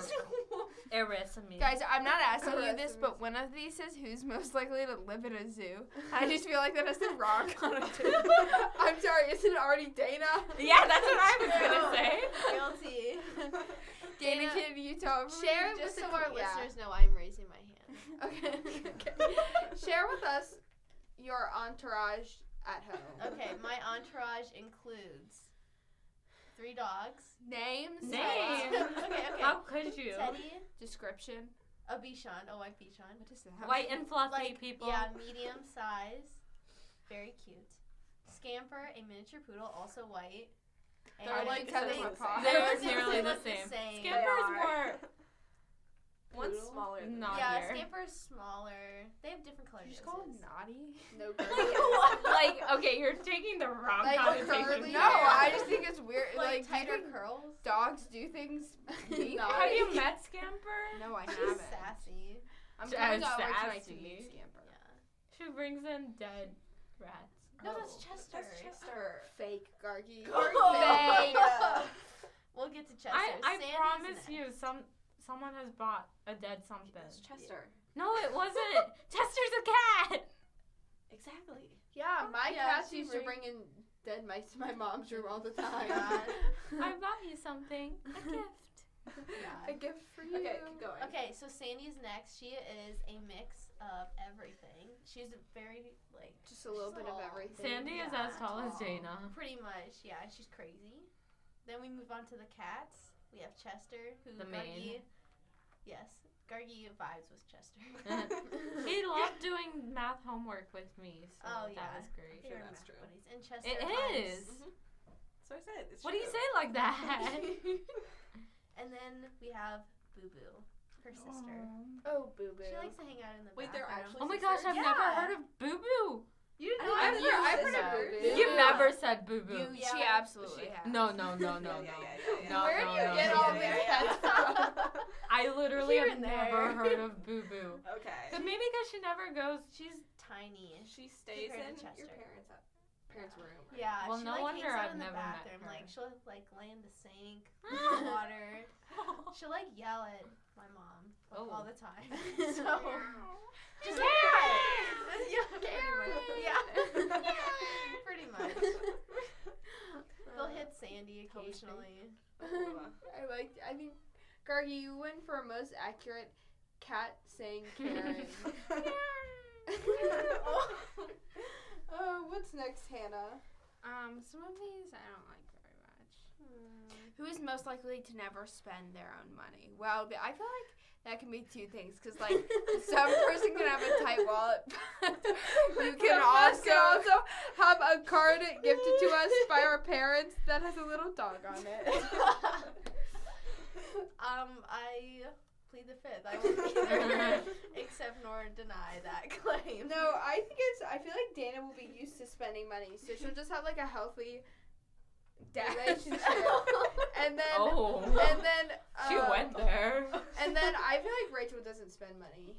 S5: Erasmus.
S8: Guys, I'm not asking you this,
S1: Correct.
S8: but one of these says who's most likely to live in a zoo. I just feel like that is the wrong connotation.
S1: I'm sorry, isn't it already Dana?
S5: Yeah, that's what I was gonna say.
S2: Guilty.
S8: Dana, can you tell everyone?
S1: Share it
S2: Just
S1: with
S2: so
S1: the
S2: our
S1: yeah.
S2: listeners know, I'm raising my hand.
S1: Okay. okay. Share with us your entourage at home.
S2: Okay, my entourage includes three dogs.
S8: Names.
S5: Name.
S2: okay, okay.
S5: How could you?
S2: Teddy,
S8: Description.
S2: a Bichon, a white Bichon.
S8: What is that?
S5: White and fluffy
S2: like,
S5: people.
S2: Yeah, medium size, very cute. Scamper, a miniature poodle, also white. And
S8: They're like
S2: I
S8: each
S2: was
S8: other's
S2: gonna
S5: They're
S2: say
S5: nearly the
S2: look
S5: same.
S2: same.
S5: Scamper's
S8: They
S5: more.
S4: One's
S5: Poodle?
S4: smaller than
S5: Not
S2: yeah,
S5: here.
S2: Scamper's smaller. They have different color
S8: Did you just call
S2: noses.
S8: it naughty?
S1: No
S5: Like,
S1: girl.
S5: what? like, okay, you're taking the wrong
S1: Like,
S5: connotation.
S1: curly
S8: No,
S1: hair.
S8: I just think it's weird.
S2: Like,
S8: Like, do you
S2: tighter
S8: think
S2: curls.
S8: dogs do things? mean?
S1: No.
S5: Have you met Scamper?
S8: No, I
S2: She's
S8: haven't.
S2: sassy.
S8: I'm
S5: Just
S8: going over tonight to
S5: sassy.
S8: meet Scamper.
S2: Yeah.
S5: She brings in dead rats.
S2: No, that's Chester.
S4: Oh, That's Chester.
S1: Fake Gargi. Oh.
S2: Gargi.
S1: Fake.
S2: We'll get to Chester.
S5: I, I
S2: Sandy's
S5: promise
S2: next.
S5: you, some someone has bought a dead something.
S4: That's Chester.
S5: No, it wasn't. Chester's a cat.
S4: Exactly.
S1: Yeah, my
S2: Yeah,
S1: cats
S2: she
S1: used to
S2: bring-
S1: bring in dead mice to my mom's room all the
S4: Oh
S1: time.
S2: God.
S5: I bought you something.
S1: A
S5: A gift.
S1: gift for you.
S4: Okay, keep going.
S2: Okay, so Sandy's next. She is a mix of everything. She's a very like
S1: Just a little
S2: She's
S1: bit of
S2: tall.
S1: everything.
S5: Sandy is
S2: Yeah,
S5: as tall as
S1: tall.
S5: Dana.
S2: pretty much yeah. She's crazy. Then we move on to the cats. We have Chester, who
S5: The
S2: Gargi.
S5: main.
S2: Yes, Gargi vibes with Chester.
S5: He loved doing math homework with me, so
S2: Oh,
S5: that
S2: yeah.
S5: was great.
S4: Sure,
S2: They're
S4: that's
S2: math
S4: true.
S2: buddies. And Chester.
S5: It
S2: vibes.
S5: is.
S4: So I said, it's
S5: What do you
S4: true.
S5: say like that?
S2: And then we have Boo Boo, her sister.
S1: Oh, boo boo.
S2: She likes to hang out in the
S4: Wait, they're
S2: bathroom.
S4: actually.
S5: oh my gosh, I've never
S2: Yeah.
S5: heard of Boo Boo.
S4: You didn't know
S5: I don't
S4: I've
S5: know.
S4: never
S1: I've heard
S4: heard
S1: of
S4: of
S1: boo
S4: this.
S1: boo.
S5: You've never said Boo Boo.
S2: You-
S8: She
S2: Yeah.
S4: She-
S8: absolutely has.
S5: No, no, no, no, no.
S4: Yeah, yeah, yeah, yeah.
S5: No,
S1: Where
S5: no,
S1: do you
S5: no,
S1: get
S5: no,
S1: all
S5: no.
S1: these cats from?
S5: I literally
S2: Here
S5: have
S2: and there.
S5: never heard of Boo Boo. But
S4: Okay.
S5: maybe because she never goes.
S2: She's tiny.
S4: She stays
S2: Compared to
S4: in
S2: Chester.
S4: your parents' parents' room. right?
S2: Yeah.
S5: Well,
S2: she,
S5: no
S2: like,
S5: wonder
S2: hangs out
S5: I've
S2: in the
S5: never met
S2: bathroom.
S5: her.
S2: Like she'll like lay in the sink, in
S5: oh.
S2: the water. She'll like yell at my mom like,
S5: Oh.
S2: all the time. So just
S5: Meow.
S2: like, yeah, pretty much. Yeah, pretty much. They'll hit Sandy occasionally.
S1: I like. I mean, Gargi, you win for most accurate cat saying Karen. oh, what's next, Hannah?
S8: Um, some of these I don't like very much.
S1: Hmm.
S8: Who is most likely to never spend their own money? Well, but I feel like that can be two things because like some person can have a tight wallet. but you can also
S1: also have a card gifted to us by our parents that has a little dog on it.
S2: um, I plead the fifth. I will neither accept nor deny that claim.
S1: No, I think it's. I feel like Dana will be used to spending money, so she'll just have like a healthy relationship, and then
S5: Oh,
S1: and then
S5: she
S1: uh,
S5: went there.
S1: And then I feel like Rachel doesn't spend money.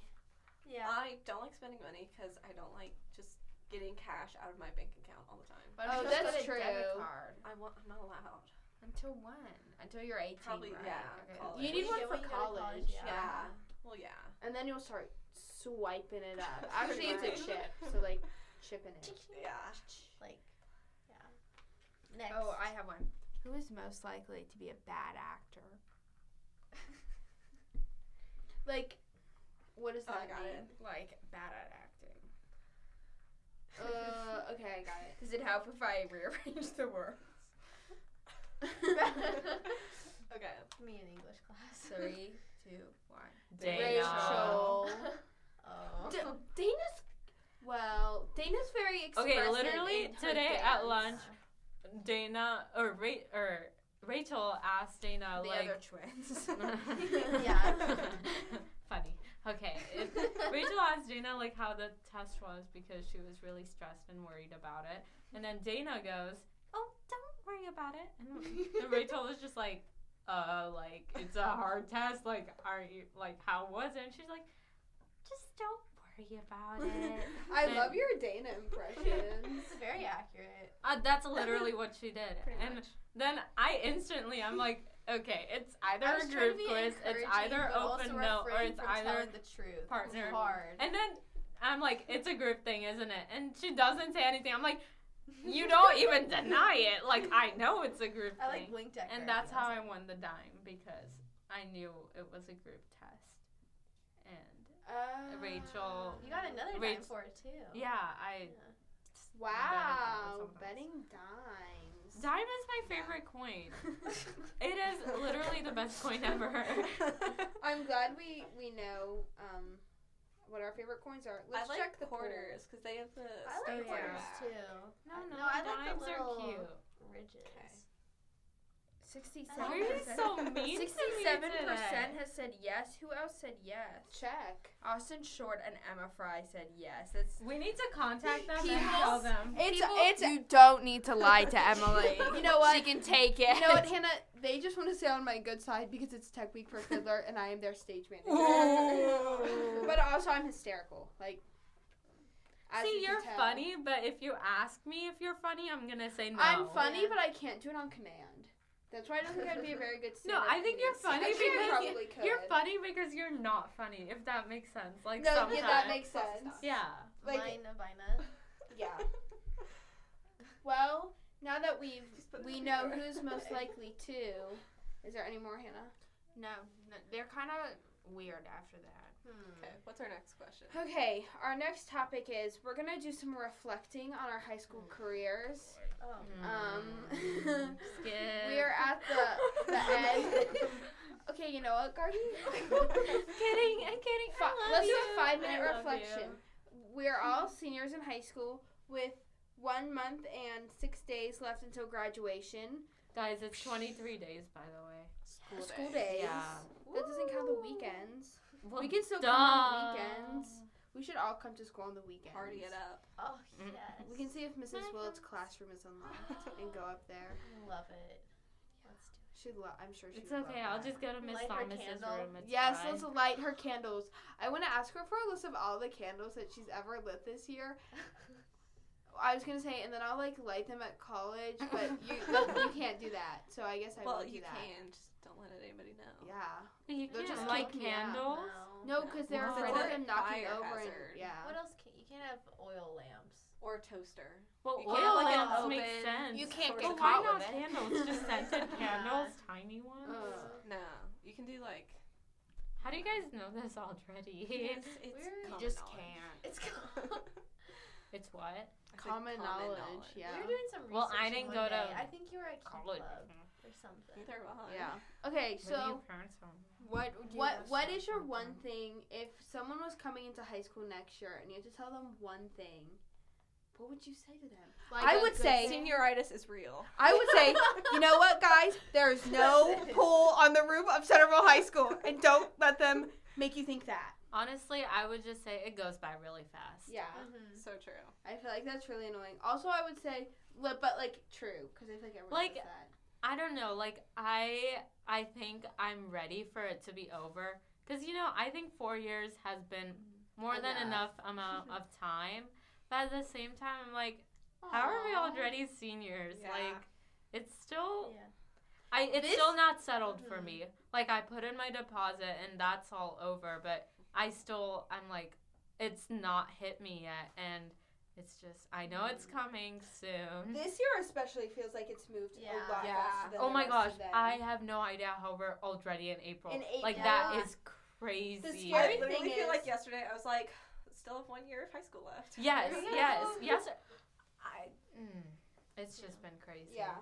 S2: Yeah.
S4: I don't like spending money because I don't like just getting cash out of my bank account all the time.
S8: But
S1: Oh,
S8: she's
S1: that's
S8: got a
S1: true.
S8: debit card.
S4: I want. I'm not allowed.
S8: Until when? Until you're 18,
S4: Probably,
S8: right?
S4: yeah,
S8: Okay.
S4: college.
S1: You need
S2: Yeah,
S1: one for
S2: when you go to
S1: college.
S2: college, yeah.
S4: Yeah. Well, yeah.
S1: And then you'll start swiping it up. Actually, it's a chip, so like chipping it.
S4: Yeah.
S2: Like, yeah. Next.
S8: Oh, I have one. Who is most likely to be a bad actor?
S1: Like, what does
S7: Oh,
S1: that
S7: I got
S1: mean?
S8: Like bad at acting.
S1: Uh, okay, I got it.
S8: Does it help if I rearrange the word?
S4: Okay.
S2: Me in English class.
S8: Three, two, one.
S5: Dana.
S2: Oh.
S1: D- Dana's well, Dana's very expressive.
S5: Okay, literally
S1: in her
S5: today
S1: dance.
S5: at lunch, Dana or Ra- or Rachel asked Dana
S8: the
S5: like
S8: other twins.
S2: Yeah.
S5: Funny. Okay. If Rachel asked Dana like how the test was because she was really stressed and worried about it, and then Dana goes, "Oh, don't worry about it," and, and Rachel was just like, "Uh, like it's a hard test. Like, are you like how was it?" And she's like, "Just don't worry about it."
S7: I
S5: And-
S7: love your Dana impressions.
S2: It's very accurate.
S5: Uh, that's literally what she did.
S2: Pretty
S5: and then I instantly, I'm like, okay, it's either a group quiz, it's either open note, or it's either.
S2: the truth.
S5: partner.
S2: It's hard.
S5: And then I'm like, it's a group thing, isn't it? And she doesn't say anything. I'm like, you don't even deny it. Like, I know it's a group
S2: I
S5: thing.
S2: like blinked at
S5: and
S2: Greg,
S5: that's
S2: and
S5: how
S2: was
S5: I won the dime because I knew it was a group test. And
S1: Uh,
S5: Rachel.
S2: like, You
S1: Um,
S2: got another
S5: Rach-
S2: dime for it too.
S5: Yeah, I.
S1: Wow,
S5: Betting
S1: betting dimes.
S5: Dime is my favorite coin. It is literally the best coin ever.
S1: I'm glad we we know um what our favorite coins are.
S4: I
S1: Let's
S4: like
S1: check the pool.
S4: quarters because they have the.
S2: I like
S5: yeah.
S2: quarters too.
S5: No,
S2: I-
S5: no,
S2: no, I like the
S5: dimes
S2: little-
S5: are cute.
S2: Ridges.
S1: Sixty-seven.
S5: Why are you so mean to me
S8: Sixty-seven
S5: today?
S8: percent has said yes. Who else said yes?
S1: Check.
S8: Austin Short and Emma Fry said yes. It's
S5: We need to contact them and tell them.
S8: it's it's you don't need to lie to Emily.
S1: You know what?
S8: She can take it.
S1: You know what, Hannah? They just want to stay on my good side because it's Tech Week for Fiddler, and I am their stage manager. but also, I'm hysterical. Like, as
S5: See,
S1: you
S5: you're
S1: can tell.
S5: funny, but if you ask me if you're funny, I'm gonna say no.
S1: I'm funny,
S2: Yeah.
S1: but I can't do it on command. That's why I don't think I'd be a very good.
S5: No,
S1: stand-up
S5: I think you're
S1: comedian.
S5: funny
S1: I think I
S5: because
S1: probably could.
S5: You're funny because you're not funny. If that makes sense, like
S1: No,
S5: sometimes.
S1: yeah, that makes sense.
S5: yeah.
S1: Like-
S2: Mine, Vina.
S1: Yeah. Well, now that we've we know who's most likely to, is there any more, Hannah?
S8: No, no they're kind of weird after that.
S2: Hmm.
S4: Okay, what's our next question?
S1: Okay, our next topic is we're gonna do some reflecting on our high school careers.
S2: Oh.
S1: Um,
S5: Skip.
S1: Mm. we are at the the end. Okay, you know what, Garden?
S5: kidding. I'm kidding. I
S1: Fi-
S5: love
S1: let's do
S5: you.
S1: a five minute
S5: I love
S1: reflection.
S5: you.
S1: We're all seniors in high school with one month and six days left until graduation.
S5: Guys, it's 23 days, by the way.
S1: School, days.
S5: Yeah.
S1: That doesn't count the weekends.
S5: Well,
S1: we can still
S5: duh.
S1: come on the weekends. We should all come to school on the weekends.
S4: Party it up.
S2: Oh
S5: Mm.
S2: yes.
S1: We can see if Mrs. Willett's classroom is unlocked and go up there.
S2: Love it. Let's do
S1: She would lo- I'm sure she.
S5: It's
S1: would love
S5: okay. I'll
S1: that.
S5: just go to Miss
S2: Light her
S5: Thomas's
S2: candle.
S5: room. It's
S1: Yes,
S5: fine.
S1: let's light her candles. I want to ask her for a list of all the candles that she's ever lit this year. I was gonna say, and then I'll like light them at college, but you you can't do that. So I guess I will
S4: well,
S1: do
S4: you
S1: that.
S4: can. Just don't let anybody know.
S1: Yeah.
S5: You
S1: they'll
S5: can't
S1: just
S5: light
S1: kick me out.
S5: candles.
S2: No.
S1: No, because they're
S5: Wow.
S1: afraid of
S5: Or
S1: them knocking
S4: fire
S1: over. And,
S4: hazard.
S1: yeah.
S2: What else can you can't have oil lamps?
S4: Or a toaster.
S5: Well,
S4: You can't look
S5: oil lamps
S4: at
S5: make
S4: open.
S5: sense.
S8: You can't
S4: Or
S8: get
S5: Well,
S4: something.
S5: why
S8: caught
S5: not
S8: with it.
S5: candles? Just scented
S2: Yeah.
S5: candles, tiny ones.
S1: Ugh.
S4: No, you can do like.
S5: How do you guys know this already?
S4: It's, it's
S2: We're- You
S4: common
S8: Just
S4: knowledge.
S8: can't.
S2: It's
S5: it's
S4: I
S5: what?
S4: said
S1: Common, knowledge. Yeah.
S2: We were doing some research.
S5: Well, I didn't
S2: one
S5: go
S2: day.
S5: to
S2: I think you were at Q
S5: College.
S2: club or something.
S4: Neither was.
S1: Yeah. Okay, so.
S5: Maybe your parents home.
S1: What
S8: do
S1: what
S8: most
S1: what
S8: of
S1: is your
S8: them
S1: one thing if someone was coming into high school next year and you had to tell them one thing? What would you say to them?
S8: Like
S1: I
S8: a
S1: would
S8: good
S1: say
S4: Senioritis is real.
S1: I would say, you know what guys, there is no
S2: That's it.
S1: pool on the roof of Centerville High School and don't let them make you think that.
S5: Honestly, I would just say it goes by really fast.
S1: Yeah.
S2: Mhm.
S4: So true.
S1: I feel like that's really annoying. Also, I would say li- but like true cuz I feel like everyone
S5: Like-
S1: says that.
S2: mm-hmm.
S5: I don't know. Like I, I think I'm ready for it to be over. Cause you know, I think four years has been more than enough amount of time. But at the same time, I'm like, how are we
S1: Aw.
S5: already seniors?
S4: Yeah.
S5: Like, it's still,
S2: Yeah.
S5: I, it's
S1: This-
S5: still not settled for
S2: Mhm.
S5: me. Like I put in my deposit and that's all over. But I still, I'm like, it's not hit me yet, and it's just, I know it's coming soon.
S1: This year especially feels like it's moved
S2: Yeah.
S1: a lot
S4: Yeah.
S1: faster than
S5: Oh
S1: the
S5: my
S1: rest
S5: gosh,
S1: of them.
S5: I have no idea how we're already in April.
S1: In April.
S5: Like that
S2: Yeah.
S5: is crazy.
S4: I
S7: scary-
S4: literally
S7: Everything
S4: feel like
S7: is-
S4: yesterday I was like, still have one year of high school left.
S5: yes,
S7: There we go.
S5: yes, yes. I. Mm, it's just been crazy.
S7: Yeah.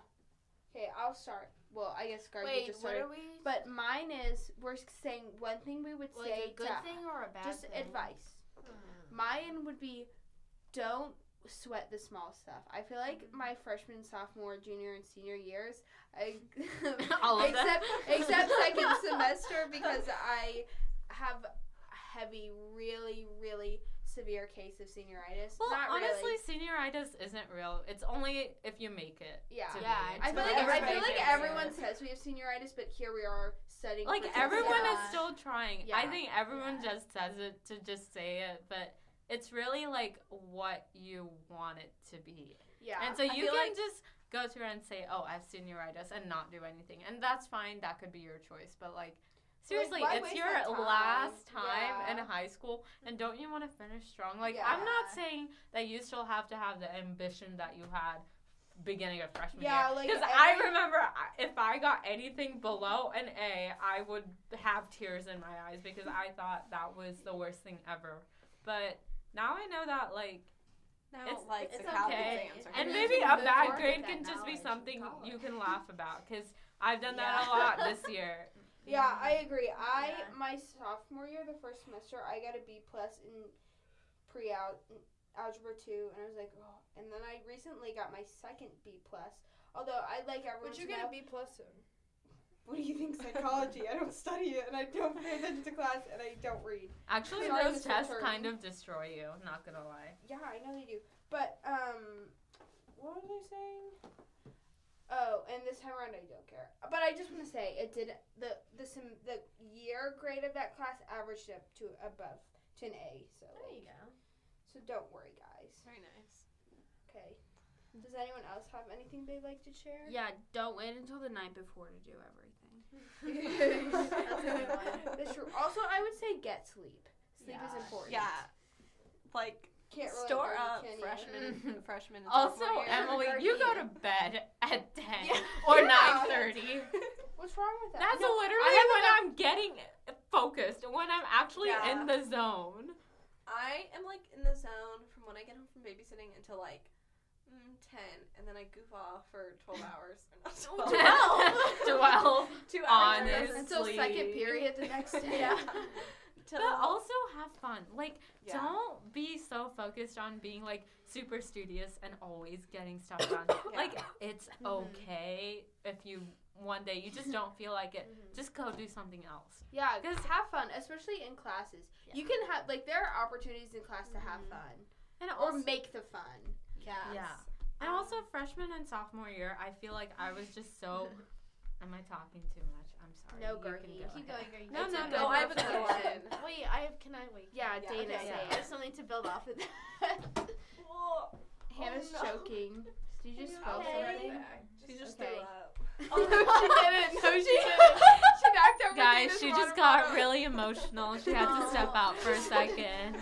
S1: Okay, I'll start. Well, I guess Greg you
S8: Wait,
S1: just
S8: what
S1: started.
S8: are we?
S1: But mine is we're saying one thing we would say
S2: Like a good
S1: to-
S2: thing or a bad
S1: just
S2: thing?
S1: advice.
S2: Mm.
S1: Mine would be don't sweat the small stuff. I feel like
S5: Mm-hmm.
S1: my freshman, sophomore, junior, and senior years, I
S5: All of them.
S1: except except second semester because I have heavy, really, really severe case of senioritis.
S5: Well,
S1: Not
S5: honestly,
S1: really.
S5: senioritis isn't real. It's only if you make it.
S1: Yeah.
S5: to
S2: Yeah,
S5: be.
S2: it's
S1: I feel
S2: But
S1: like I
S2: everybody
S1: feel like
S2: gets
S1: everyone
S2: it.
S1: says we have senioritis, but here we are studying.
S5: like
S1: for tests.
S5: everyone is
S2: Yeah.
S5: still trying. I
S1: Yeah.
S5: think everyone just says it to just say it, but it's really like what you want it to be.
S1: Yeah.
S5: And so
S1: I
S5: you
S1: feel
S5: can
S1: like-
S5: just go to her and say, "Oh, I have senioritis," and not do anything, and that's fine. That could be your choice, but like. Seriously,
S1: why
S5: it's
S1: waste
S5: your
S1: that time?
S5: last time in
S1: Yeah.
S5: high school, and don't you want to finish strong? Like, I'm not
S1: Yeah.
S5: saying that you still have to have the ambition that you had beginning of freshman year.
S1: Yeah, like
S5: Because I
S1: every-
S5: remember I- if I got anything below an A, I would have tears in my eyes because I thought that was the worst thing ever. But now I know that, like,
S4: Now,
S5: It's-
S4: like
S2: it's
S4: the Calvin
S5: okay.
S4: exams are
S5: and
S2: then
S4: gonna
S5: maybe
S2: you
S5: a
S2: move
S5: bad
S2: forward
S5: grade
S2: with
S5: can
S2: that
S5: just be
S2: knowledge in
S5: something
S2: college.
S5: you can laugh about because I've done that a lot this year.
S1: Yeah, I agree. I
S2: Yeah.
S1: my sophomore year, the first semester, I got a B plus in pre out algebra two, and I was like, oh. And then I recently got my second B plus. Although I like everyone.
S7: But you're
S1: to
S7: gonna
S1: know-
S7: be plus soon.
S1: What do you think psychology? I don't study it, and I don't pay attention to class, and I don't read.
S5: Actually,
S1: Sorry,
S5: those
S1: Mr.
S5: tests
S1: Turton.
S5: kind of destroy you, not gonna lie.
S1: Yeah, I know they do. But um, what was I saying? Oh, and this time around I don't care. But I just want to say it did the the sem the year grade of that class averaged up to above to an A. So
S2: There you go.
S1: so don't worry, guys.
S7: Very nice.
S1: Okay. Does anyone else have anything they'd like to share?
S8: Yeah, don't wait until the night before to do everything.
S1: That's true. Also, I would say get sleep. Sleep
S2: Yeah.
S1: is important.
S4: Yeah. Like
S1: Can't really
S4: store
S1: do
S4: up
S1: it, can you?
S4: freshman freshman. and
S5: Also,
S4: sophomore year.
S5: Emily, you go to bed at 10 or
S1: Yeah.
S5: 9.30.
S1: What's wrong with that?
S5: That's literally
S4: I
S5: when I'm getting focused, when I'm actually
S4: Yeah.
S5: in the zone.
S4: I am like in the zone from when I get home from babysitting until like mm, ten, and then I goof off for twelve hours. Or not twelve.
S5: Oh, 12.
S4: Two hours.
S5: Honestly.
S8: Until second period the next day.
S4: yeah.
S5: But
S4: Till-
S5: also have fun. Like,
S4: yeah.
S5: don't be so focused on being like super studious and always getting stuff done. Like, it's okay if you one day you just don't feel like it. Just go do something else.
S1: Yeah,
S5: 'Cause-
S1: just have fun, especially in classes. You can have like there are opportunities in class to have fun
S5: And
S1: or
S5: also,
S1: make the fun.
S2: Yeah.
S5: yeah. And also freshman and sophomore year, I feel like I was just so. Am I talking too much? I'm sorry.
S1: No,
S5: You can
S1: Gertie.
S5: go
S2: Keep
S5: ahead.
S2: going, Greg.
S5: No,
S2: It's
S5: no,
S2: okay.
S5: no. I have
S4: another
S5: question.
S2: Wait, I have. Can I wait?
S1: Yeah,
S4: Yeah,
S1: Dana,
S2: okay,
S1: say
S2: yeah.
S1: it.
S2: I have something to build off of that.
S4: Well,
S1: Hannah's
S4: Oh, no.
S1: choking. Did you just
S4: yeah,
S1: spell
S2: Okay.
S1: something?
S4: She just
S1: Okay.
S4: threw up.
S1: Oh, she didn't. No, she didn't. She knocked over
S5: Guys, she just got really emotional. She had to step out for a second.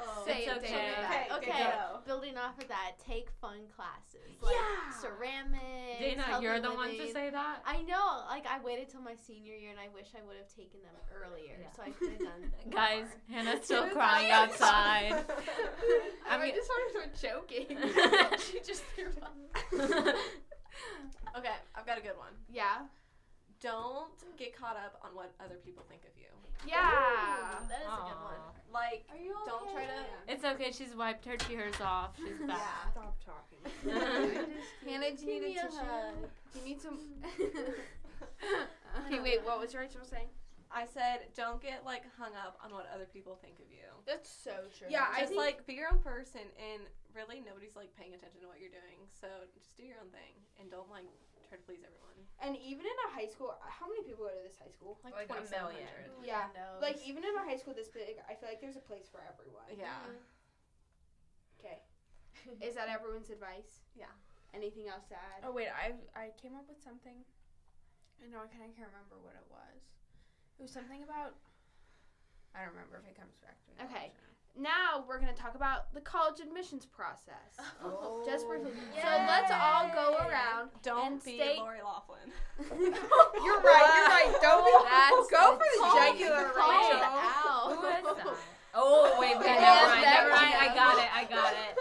S2: Oh.
S5: Say it, Dana.
S2: Okay,
S4: Okay,
S2: okay.
S4: go.
S2: Building off of that, take fun classes. Like
S1: Yeah.
S2: Ceramics.
S5: Dana,
S2: healthy
S5: you're the one to
S2: living.
S5: say that.
S2: I know. Like I waited till my senior year, and I wish I would have taken them earlier,
S5: Yeah.
S2: so I could have done. more.
S5: Guys, Hannah's still crying outside. I'm
S1: I
S5: g-
S1: just wanted to start choking.
S2: she just threw up.
S4: okay, I've got a good one.
S1: Yeah.
S4: Don't get caught up on what other people think of you.
S1: Yeah.
S2: Ooh, that is a good one.
S5: Aw.
S4: Like,
S2: Are you
S4: don't try to.
S5: It's okay. She's wiped her tears off. She's back.
S4: Stop talking.
S1: Hannah, do you
S2: Give
S1: need
S2: me
S1: a
S2: a
S1: tissue?
S2: hug.
S1: Do you need some?
S8: Okay, wait, what was Rachel saying?
S4: I said, don't get like hung up on what other people think of you.
S8: That's so true.
S1: yeah, I
S4: Just
S1: think
S4: like be your own person, and really nobody's like paying attention to what you're doing. So just do your own thing, and don't like try to please everyone.
S1: And even in a high school, how many people go to this high school?
S4: Like,
S5: Like a
S4: 2700.
S1: Yeah.
S2: Knows.
S1: Like even in a high school Oh, this big, I feel like there's a place for everyone.
S4: Yeah.
S2: Mm-hmm.
S1: Okay. Is that everyone's advice?
S4: Yeah.
S1: Anything else to add?
S8: Oh wait, I I came up with something. I know I kind of can't remember what it was. It was something about. I don't remember if it comes back to me.
S1: Okay. now we're going to talk about the college admissions process.
S2: Oh.
S1: Just briefly. So let's all go
S2: Yay.
S1: around. And
S4: Don't be
S1: state-
S4: Lori Laughlin.
S3: You're right. You're right. Don't be.
S8: That's
S3: go for the
S8: Call
S3: jugular,
S2: call.
S3: Rachel.
S5: Who is that? Oh wait, wait, never
S2: Yeah,
S5: mind,
S2: that
S5: never mind.
S2: one.
S5: I got it, I got it.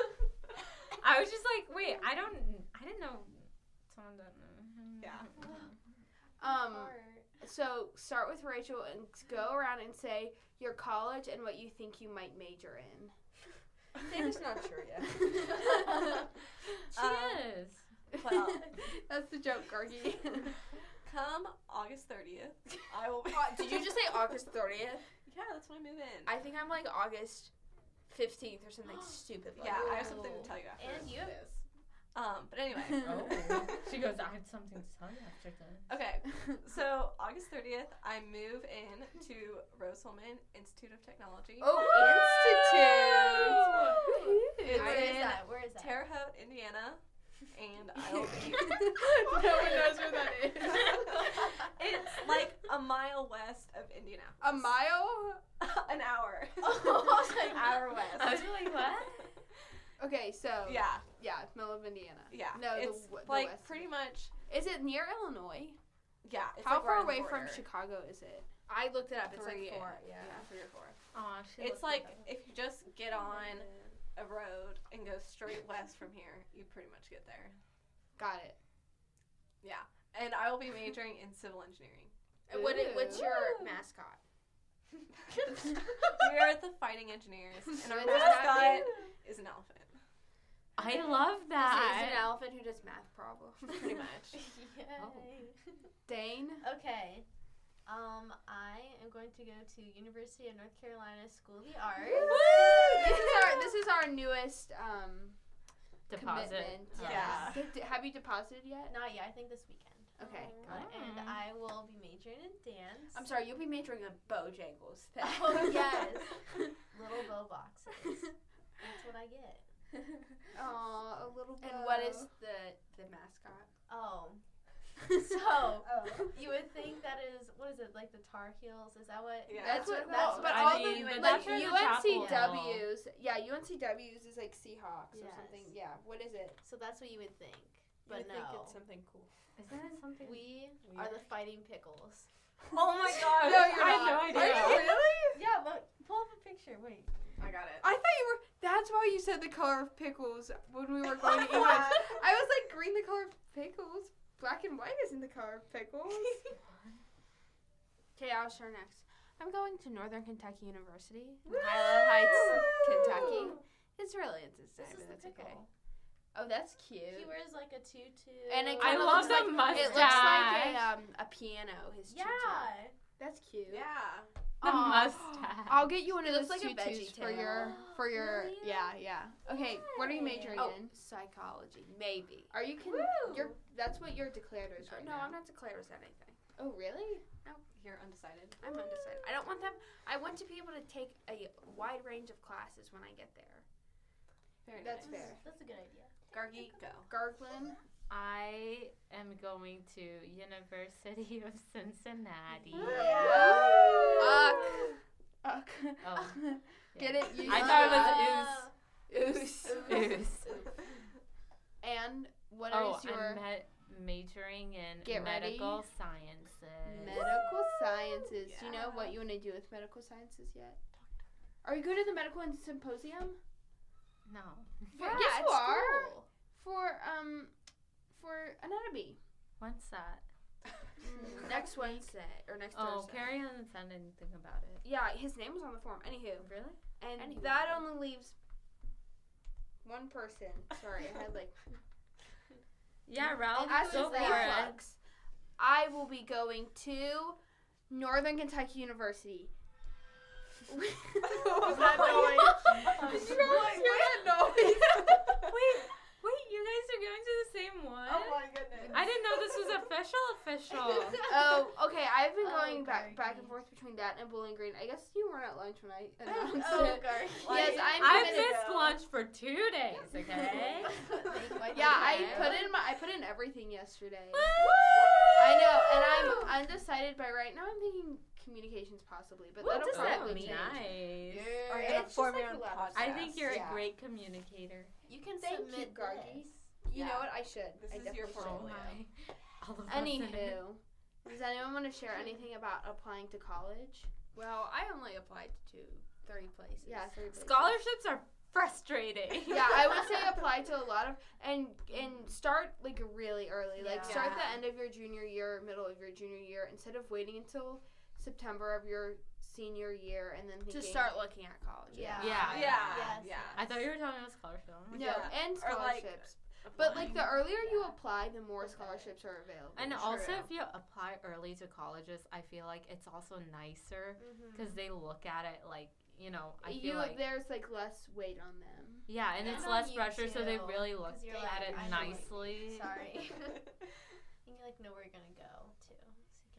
S5: I was just like, wait, I don't, I didn't know. Someone doesn't.
S4: Yeah.
S8: Oh.
S1: Um, so start with Rachel and go around and say your college and what you think you might major in.
S4: Dana's not sure yet.
S5: She is.
S4: Well,
S1: That's the joke, Gargi.
S4: come August 30th, I will be.
S8: Did you just say August 30th?
S4: Yeah, that's when I move in.
S8: I think I'm like August 15th or something stupid. Like
S4: yeah,
S8: that.
S4: I have something to tell you after.
S2: And you have
S4: Um, but anyway.
S5: Oh. She goes. I have something to tell you after this.
S4: okay, so August 30th, I move in to Rose Holman Institute of Technology.
S8: Oh,
S4: It's
S2: Where is
S4: in
S2: that? Where is that?
S4: Terre Haute, Indiana, and I will be.
S8: no one knows where that is.
S4: it's like a mile west of Indianapolis.
S8: A mile?
S4: An hour.
S2: Oh,
S4: An hour west.
S5: I was really what?
S1: okay, so yeah,
S4: Yeah,
S1: middle of Indiana.
S4: yeah.
S1: No, the
S4: it's
S1: w- the
S4: like
S1: west.
S4: pretty much.
S1: Is it near Illinois?
S4: Yeah. It's
S1: How
S4: like
S1: far
S4: right on the
S1: away from
S4: border.
S1: Chicago is it?
S8: I looked it up. It's
S4: Three,
S8: like four.
S4: yeah.
S8: Yeah.
S4: three or four.
S5: Aw, she
S4: It's
S5: looked it
S4: like
S5: up.
S4: if you just get on a road and go straight west from here, you pretty much get there.
S1: Got it.
S4: Yeah. And I will be majoring in civil engineering.
S8: And What it, what's your mascot?
S4: we are the fighting engineers, and our
S8: What does that
S4: mascot is an elephant.
S5: I love
S8: He's an
S5: that.
S8: elephant who does math problems.
S4: Pretty much.
S2: Yay.
S1: Oh. Dane.
S2: Okay. Um, I am going to go to University of North Carolina School of the Arts.
S1: This is our this is our newest um
S5: Deposit.
S1: commitment.
S5: Oh.
S4: Yeah.
S1: Did- did- Have you deposited yet?
S2: Not yet. I think this weekend.
S1: Okay.
S2: Uh,
S1: Got it. Mm-hmm.
S2: And
S5: Mm.
S2: I will be majoring in dance.
S8: I'm sorry, you'll be majoring on Bojangles.
S2: Oh yes. Little bow boxes. That's what I get.
S1: Aw, a little.
S8: And
S1: bow.
S8: what is the the mascot?
S2: Oh. So you would think that is what is it like the Tar Heels? Is that what?
S4: Yeah.
S1: That's what.
S2: what-
S1: That's
S2: well,
S1: but
S5: I
S1: all
S5: mean,
S1: the
S5: but
S1: like
S5: that's where the
S1: UNCW's. Yeah, UNCW's is like Seahawks or
S2: Yes.
S1: something. Yeah. What is it?
S2: So that's what you would think, but no.
S8: something cool.
S5: Isn't it something?
S2: we are the fighting pickles.
S5: oh my god.
S1: No, you're
S5: I
S1: not.
S5: have no idea.
S2: Yeah, look, pull up a picture. Wait.
S4: I got it.
S1: I thought you were. That's why you said the color of pickles when we were going to English. I was like, green the color of pickles. Black and white isn't the color of pickles.
S8: Okay, I'll share next. I'm going to Northern Kentucky University, in Highland Heights, Kentucky. It's really it's this
S2: This
S8: time,
S2: is the
S8: but that's
S2: pickle.
S8: okay. Oh, that's cute.
S2: He wears like a tutu.
S8: And it
S5: I
S8: kinda
S5: love
S8: looks
S5: the
S8: like,
S5: mustache.
S8: It looks like a, um, a piano. His
S2: Yeah.
S8: tutu.
S1: That's cute.
S4: Yeah.
S5: The
S1: Aw.
S5: mustache.
S1: I'll get you one of
S8: It looks
S1: those
S8: like a
S1: tutus
S8: veggie
S1: for
S8: tail.
S1: your for your
S2: Really?
S1: yeah yeah. Okay, what are you
S2: Yay.
S1: majoring
S8: Oh,
S1: in?
S8: psychology, maybe.
S1: Are you con-
S2: Woo.
S1: you're that's what you're declared as right
S8: no,
S1: now.
S8: I'm not declared as anything.
S1: Oh really?
S4: You're undecided.
S8: I'm undecided. I don't want them. I want to be able to take a wide range of classes when I get there.
S4: Very
S1: That's
S4: nice.
S1: fair.
S2: That's a good idea.
S4: Gargi, go.
S1: Garglin.
S5: I am going to University of Cincinnati.
S1: Uck.
S5: Oh,
S1: Get it? You
S5: I thought
S2: Uh,
S1: it was
S5: it was ooze. ooze.
S1: And what is
S5: Oh,
S1: your
S5: I'm ma- majoring in
S1: Get ready.
S5: medical sciences.
S1: medical sciences? Do you know
S4: Yeah.
S1: what you want to do with medical sciences yet? Are you going to the medical and symposium?
S5: no.
S1: For,
S2: yeah,
S1: yes,
S2: at
S1: you are.
S2: school.
S1: For um, for anatomy.
S5: When's that?
S1: Mm.
S8: next Wednesday or next
S5: Oh,
S8: Thursday.
S5: Carrie hasn't said anything about it.
S1: Yeah, his name was on the form. Anywho,
S5: Really?
S1: and
S8: Anywho.
S1: that only leaves one person. Sorry, I had like
S5: Yeah, Ralph.
S1: As
S5: Go
S1: for
S5: for it.
S1: reflux, I will be going to Northern Kentucky University.
S4: was
S1: that
S4: noise?
S1: Did you all hear
S5: Wait, wait, you guys are going to the same one?
S4: Oh my goodness.
S5: I didn't know this was official official.
S1: Oh, okay. I've been
S2: Oh,
S1: going back back and
S2: Gargi.
S1: forth between that and Bowling Green. I guess you weren't at lunch when I announced
S2: Oh,
S1: it.
S2: Gargi.
S1: Yes, I'm
S5: I
S1: committed.
S5: missed lunch for two days,
S4: eh?
S5: okay?
S1: Yeah, I
S2: Okay.
S1: put in my I put in everything yesterday. I know, and I'm undecided. But right now, I'm thinking communications possibly, but
S7: What
S1: that'll
S7: does that
S1: probably
S7: mean?
S1: change.
S5: Nice.
S4: Are you
S1: It's
S4: gonna
S1: just
S4: form
S1: like
S4: your
S1: a
S4: own
S1: lot
S4: podcast?
S1: of
S5: I think you're
S8: Yeah.
S5: a great communicator.
S2: You can
S1: Thank you,
S2: submit
S1: Gargi.
S2: this.
S1: You
S4: Yeah.
S1: know what? I should.
S4: This
S1: I
S4: is your
S1: definitely should.
S4: portfolio.
S5: Oh my. All of us in it.
S1: Anywho, does anyone want to share anything about applying to college?
S8: Well, I only applied to three places.
S1: Yeah, three places.
S5: Scholarships are frustrating.
S1: Yeah, I would say apply to a lot of and and start like really early. Like
S2: Yeah.
S1: start the end of your junior year, middle of your junior year, instead of waiting until September of your senior year and then thinking,
S8: To start looking at college.
S2: Yeah.
S5: Yeah.
S4: Yeah.
S2: Yes.
S4: Yeah.
S5: I thought you were talking about scholarships. I'm like,
S1: No,
S4: Yeah.
S1: and
S4: Or, like,
S1: scholarships. but like the earlier you
S2: Yeah.
S1: apply, the more
S2: The better.
S1: scholarships are available.
S5: And
S4: True.
S5: also, if you apply early to colleges, I feel like it's also nicer
S1: Mm-hmm.
S5: because they look at it like you know. I feel
S1: you
S5: like
S1: there's like less weight on them.
S5: yeah, and
S2: And
S5: it's
S2: on
S5: less
S2: you
S5: pressure, so they
S2: too,
S5: really
S2: 'cause
S5: look
S2: you're
S5: at
S2: like,
S5: it
S2: I know what you-
S5: nicely.
S2: Sorry.
S4: you
S2: And you like know where you're gonna go to. So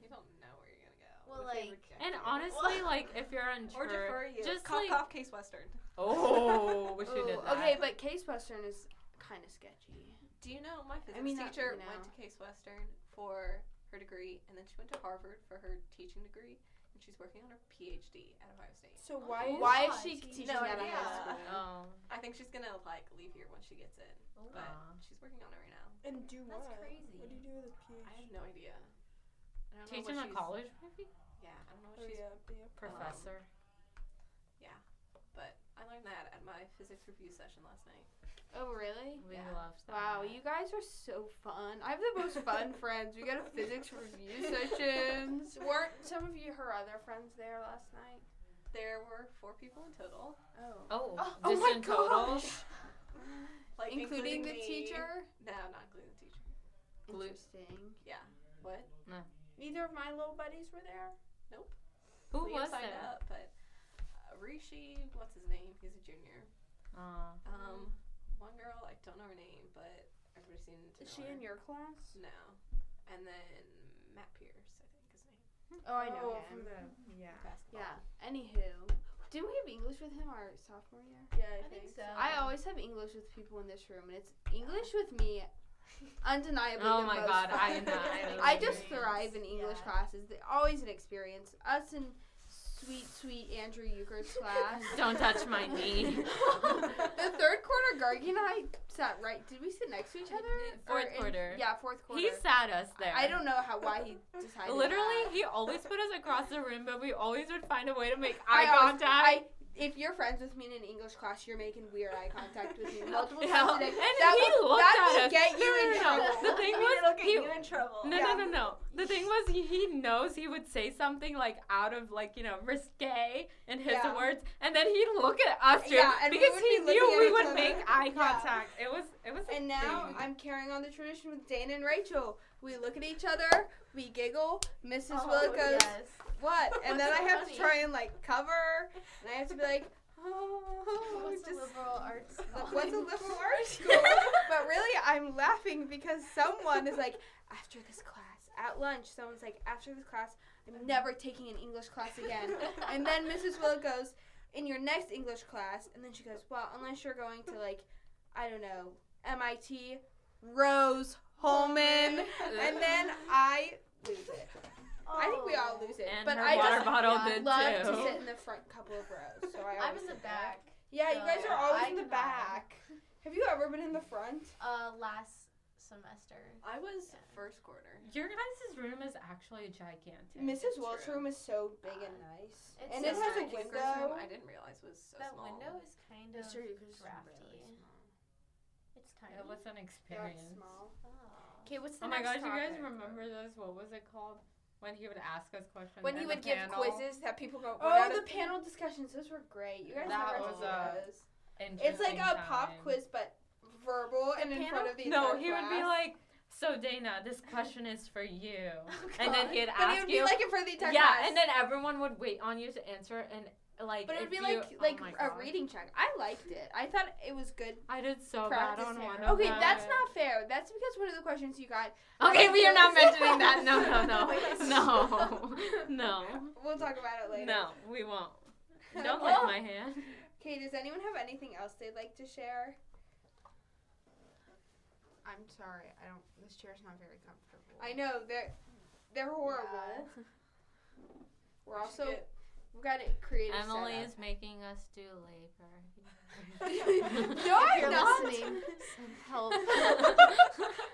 S2: you can-
S4: don't know where you're gonna go.
S2: Well,
S4: What if they
S2: like-
S4: reject
S5: And
S4: you?
S5: honestly, like if you're
S4: or
S5: unsure,
S4: defer you.
S5: just
S4: cough,
S5: like
S4: cough, Case Western.
S5: oh, wish you did
S1: Ooh,
S5: that.
S1: okay, but Case Western is kind of sketchy.
S4: Do you know my physics
S1: mean, not
S4: teacher
S1: really
S4: went
S1: now.
S4: to Case Western for her degree, and then she went to Harvard for her teaching degree, and she's working on her PhD at Ohio State.
S7: So
S2: why is-
S1: Why
S2: God,
S1: is she
S2: she-
S1: teaching
S4: No
S1: that at
S4: idea.
S1: high school?
S5: Oh,
S4: I think she's gonna like leave here once she gets in,
S2: Oh,
S4: but
S5: Aw.
S4: she's working on it right now.
S7: and do
S2: That's crazy.
S7: you do with a
S4: I have no idea. I don't
S5: teach
S4: know
S5: him
S4: what
S5: at
S4: she's-
S5: college, maybe
S4: Yeah, I don't know what
S7: Oh,
S4: she's.
S7: yeah, be a
S5: professor.
S4: But I learned that at my physics review session last night.
S1: Oh really?
S5: we
S4: yeah.
S5: love that.
S1: Wow, you guys are so fun. I have the most fun friends. We go to physics review sessions.
S8: Weren't some of you her other friends there last night?
S4: There were four people in total,
S1: Oh.
S5: Oh,
S2: Oh,
S5: just
S1: my
S5: in total,
S4: like
S1: Including the
S4: me.
S1: teacher?
S4: No, not including the teacher.
S5: Glue-
S1: Interesting.
S4: Yeah. What?
S8: Neither of my little buddies were there.
S5: who
S4: Liam
S5: was
S4: signed
S5: it?
S4: up, but uh, Rishi, what's his name? He's a junior.
S5: Oh.
S4: Um, one girl, I don't know her name, but everybody seemed to know
S8: Is she
S4: her.
S8: in your class?
S4: No. And then Matt Pierce, I think his name.
S1: Oh, I
S7: Oh,
S1: know
S7: from
S1: him.
S7: the yeah.
S4: Basketball.
S1: Yeah. Anywho, didn't we have English with him our sophomore year?
S7: Yeah,
S2: I think so.
S1: I always have English with people in this room, and it's English with me, undeniably.
S5: Oh
S1: the
S5: my
S1: most
S5: God,
S1: fun.
S5: I am not. I don't
S1: I just
S5: agree.
S1: thrive in English
S2: Yeah.
S1: classes. They're always an experience. Us and sweet, sweet Andrew Euchre's class.
S5: Don't touch my knee.
S1: The third quarter, Gargi and I sat right. Did we sit next to each other?
S5: Fourth
S1: Or in-
S5: quarter.
S1: yeah, fourth quarter.
S5: He sat us there.
S1: I don't know how why he decided.
S5: Literally,
S1: that.
S5: he always put us across the room, but we always would find a way to make
S1: I
S5: eye
S1: always-
S5: contact.
S1: I, if you're friends with me in an English class, you're making weird eye contact with me multiple
S5: Yeah.
S1: times a day.
S5: And
S1: that
S5: he
S1: will,
S5: looked
S1: that
S5: at
S1: will
S5: us.
S1: get you
S5: No,
S1: in trouble.
S5: no, no, no. The thing was,
S4: It'll get
S5: he,
S4: you in trouble.
S5: no, no, no, no. The thing was, he- he knows he would say something like out of like you know risque in his
S1: Yeah.
S5: words, and then he'd look at us too,
S1: Yeah, and we
S5: because
S1: would
S5: he
S1: be looking
S5: knew
S1: at
S5: we
S1: each
S5: would
S1: other.
S5: make eye
S1: Yeah.
S5: contact. It was, it was.
S1: And now
S5: Dude.
S1: I'm carrying on the tradition with Dana and Rachel. We look at each other, we giggle. Mrs.
S2: Oh,
S1: Willett goes,
S2: yes.
S1: "What?" And then
S2: What's
S1: I
S2: so
S1: have
S2: funny?
S1: to try and like cover, and I have to be like, "Oh,
S2: What's a
S1: just
S2: liberal arts
S1: Like,
S2: college?
S1: what's a liberal arts school? but really, I'm laughing because someone is like, after this class, at lunch, someone's like, after this class, I'm never taking an English class again. And then Mrs. Willett goes, in your next English class, and then she goes, well, unless you're going to like, I don't know, MIT, Rose Holman, and then I lose it. I think we
S2: Oh.
S1: all lose it,
S5: and
S1: but
S5: her
S1: I
S5: water
S1: just
S5: bottle
S2: yeah,
S5: did
S1: love
S5: too.
S1: to sit in the front couple of rows, so I always
S2: I'm in the
S1: sit there.
S2: back.
S1: Yeah, you
S2: So,
S1: guys are always
S2: I
S1: in the
S2: divide.
S1: back. Have you ever been in the front?
S2: Uh, last semester.
S4: I was
S2: Yeah.
S4: first quarter.
S5: Your guys' room is actually gigantic.
S1: Mrs.
S4: true.
S1: Will's room is so big and nice.
S2: It's
S1: and
S2: so
S1: it has a
S2: nice.
S4: Euchre's
S1: window.
S4: room, I didn't realize was so
S2: that
S4: small.
S2: window is kind of drafty. It's kind
S5: It
S2: of.
S5: was an experience.
S1: small.
S2: Oh.
S1: Okay, what's the
S5: Oh my gosh,
S1: next
S5: you guys
S1: topic?
S5: remember this? What was it called? When he would ask us questions.
S8: When
S5: and
S8: he
S5: the
S8: would give
S5: panel?
S8: quizzes that people go, "What
S1: Oh,
S8: are
S1: the panel discussions. Those were great. You guys
S5: That
S1: never
S5: was
S1: did
S5: a
S1: those. It's
S5: Interesting
S1: like a pop
S5: time.
S1: quiz, but verbal and in front
S8: panel?
S1: of the
S5: No,
S1: entire
S5: he would be
S1: class.
S5: like, "So Dana, this question is for you," and then he'd
S1: Oh, But it
S5: ask
S1: would
S5: you.
S1: be like in front of the entire
S5: yeah,
S1: class.
S5: and then everyone would wait on you to answer, and like.
S1: but it
S5: if
S1: would be
S5: you-
S1: like
S5: oh
S1: like
S5: my
S1: a
S5: God.
S1: reading check. I liked it. I thought it was good.
S5: Oh, I did so bad
S1: practice
S5: on
S1: there.
S5: one. of
S1: Okay, that's
S5: them.
S1: not fair. That's because one of the questions you got.
S5: Okay, we are not
S1: Yes.
S5: mentioning that. No, no, no, no, no,
S1: We'll talk about it later.
S5: no. We won't. Don't lick my hand.
S1: Okay, does anyone have anything else they'd like to share?
S8: I'm sorry, I don't. This chair's not very comfortable.
S1: I know they're they're horrible. We're also we got it creative.
S5: Emily
S1: setup.
S5: is making us do labor.
S1: No, I'm
S7: You're
S1: not.
S7: listening.
S5: Some help.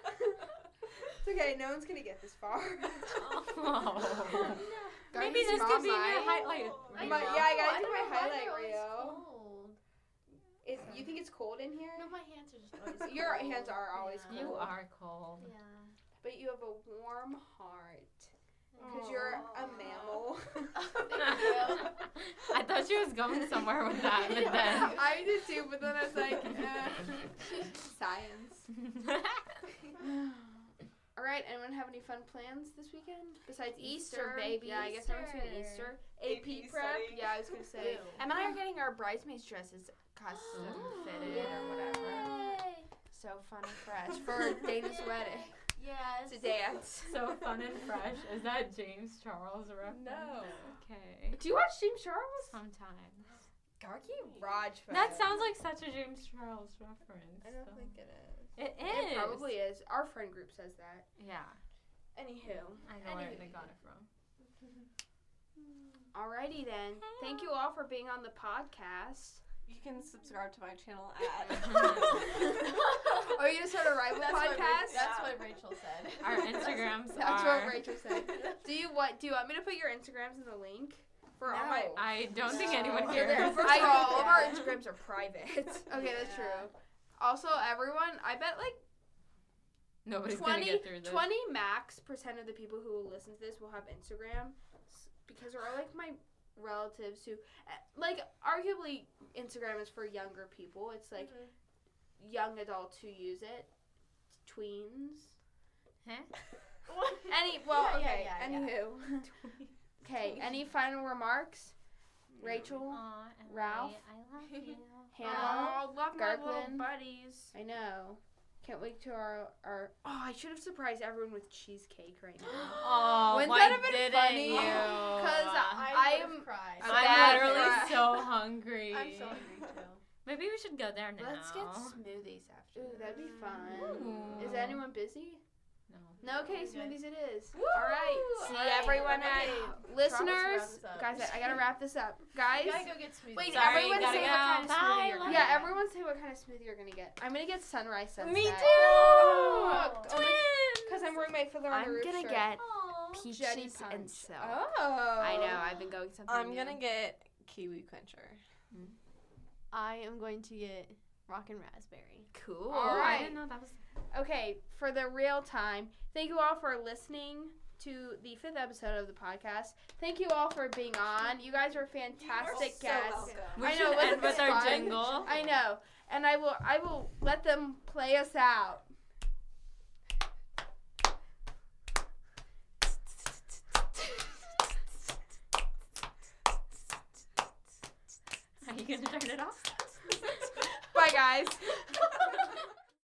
S7: It's okay. No one's gonna get this far.
S5: Oh.
S8: Guys,
S5: Maybe this could be your
S8: mine.
S5: highlight.
S7: I
S5: reel.
S7: My- yeah, I gotta do
S2: don't
S7: my
S2: know why
S7: highlight
S2: they're always
S7: reel.
S2: cold.
S7: Is, you think it's cold in here?
S2: No, my hands are just always
S7: Your
S2: cold.
S7: hands are always
S2: yeah.
S5: You are cold.
S2: Yeah.
S7: But you have a warm heart because
S2: Aw.
S7: you're a mammal.
S5: I thought she was going somewhere with that, but then.
S8: I did too, but then I was like,
S1: eh.
S8: uh,
S7: Science. All right. Anyone have any fun plans this weekend besides Easter,
S1: Easter,
S7: baby?
S1: Yeah, I guess everyone's doing Easter.
S2: Easter.
S1: AP,
S4: AP
S1: prep.
S4: study.
S1: Yeah, I was gonna say.
S2: Ew.
S8: Em and I are getting our bridesmaids dresses custom fitted or whatever.
S2: Yay.
S8: So fun and fresh for Dana's
S2: Yay.
S8: wedding.
S2: Yes.
S8: To dance.
S5: so fun and fresh. Is that James Charles reference?
S4: No.
S5: Okay.
S8: Do you watch James Charles?
S5: Sometimes.
S7: Gargi Raj.
S5: That sounds like such a James Charles reference.
S7: I don't
S5: so-
S7: think it is.
S5: it
S1: It
S5: is.
S1: probably is. Our friend group says that.
S5: Yeah.
S1: Anywho.
S5: I know where they
S1: Anyway.
S5: got it from.
S1: Alrighty then. Thank you all for being on the podcast.
S4: You can subscribe to my channel at.
S8: Oh, you just heard a rival
S2: That's what, Ra-
S8: podcast?
S2: that's what Rachel said.
S5: Our Instagrams
S1: That's
S5: are.
S1: what Rachel said. Do you what? Do you want me to put your Instagrams in the link for all my?
S5: I don't think anyone
S1: No.
S5: cares.
S1: First
S8: I
S1: of all,
S8: think
S1: all of our
S8: that.
S1: Instagrams are private.
S8: Okay, that's true. Also, everyone, I bet like
S5: Nobody's gonna
S1: 20,
S5: get through this.
S1: 20 max percent of the people who will listen to this will have Instagram s- because they're all like my relatives who, eh, like, arguably Instagram is for younger people. It's like young adults who use it, tweens.
S5: Huh?
S1: Any well,
S2: Mm-hmm. Yeah, yeah,
S1: okay.
S2: yeah, yeah.
S1: anywho, okay. Any final remarks, Rachel,
S5: Aw, Emily,
S1: Ralph.
S5: I love you.
S1: Hannah?
S8: love
S1: Garglin.
S8: buddies.
S1: I know. Can't wait to our our. Oh, I should have surprised everyone with cheesecake right now.
S5: Oh,
S1: Wouldn't
S5: why
S1: that have been
S5: didn't
S1: funny?
S5: you?
S1: Because I
S2: I
S1: am
S2: am cried.
S5: I'm
S1: bad
S5: literally
S1: for-
S5: so hungry.
S2: I'm so hungry too.
S5: Maybe we should go there now.
S8: Let's get smoothies after.
S1: Ooh, that'd be fun.
S5: Ooh.
S1: Is anyone busy?
S5: No.
S1: No, okay,
S2: We're good.
S1: smoothies it is. All right.
S2: Woo!
S1: See
S2: Hey,
S1: everyone at
S2: okay.
S1: listeners.
S2: Promise
S1: Guys,
S2: to wrap this up.
S1: I, I gotta wrap this up. Guys.
S2: You gotta go get smoothies.
S1: Wait,
S5: Sorry,
S1: everyone
S5: gotta
S1: say
S5: go.
S1: what kind of
S5: Bye,
S1: smoothie you're
S5: love
S1: gonna
S5: you.
S1: Yeah, everyone say what kind of smoothie you're gonna get. I'm gonna get sunrise sunset.
S5: Me
S1: Twins. Because Oh I'm roommate for the on the
S8: I'm
S1: roof
S8: gonna
S1: shirt.
S8: get
S2: Aw.
S1: Jetty
S8: peaches and
S1: punch.
S8: so.
S1: Oh.
S8: I know. I've been going something.
S4: I'm
S8: new.
S4: gonna get kiwi quencher.
S2: I am going to get rockin' raspberry.
S5: Cool.
S1: All
S5: I didn't know that was.
S1: Okay, for the real time, thank you all for listening to the fifth episode of the podcast. Thank you all for being on. You guys were fantastic guests.
S5: We
S1: I know,
S5: should
S1: wasn't
S5: end with
S1: it
S5: our
S1: fun?
S5: jingle.
S1: I know, and I will. I will let them play us out.
S5: Are you gonna turn it off?
S1: Bye, guys.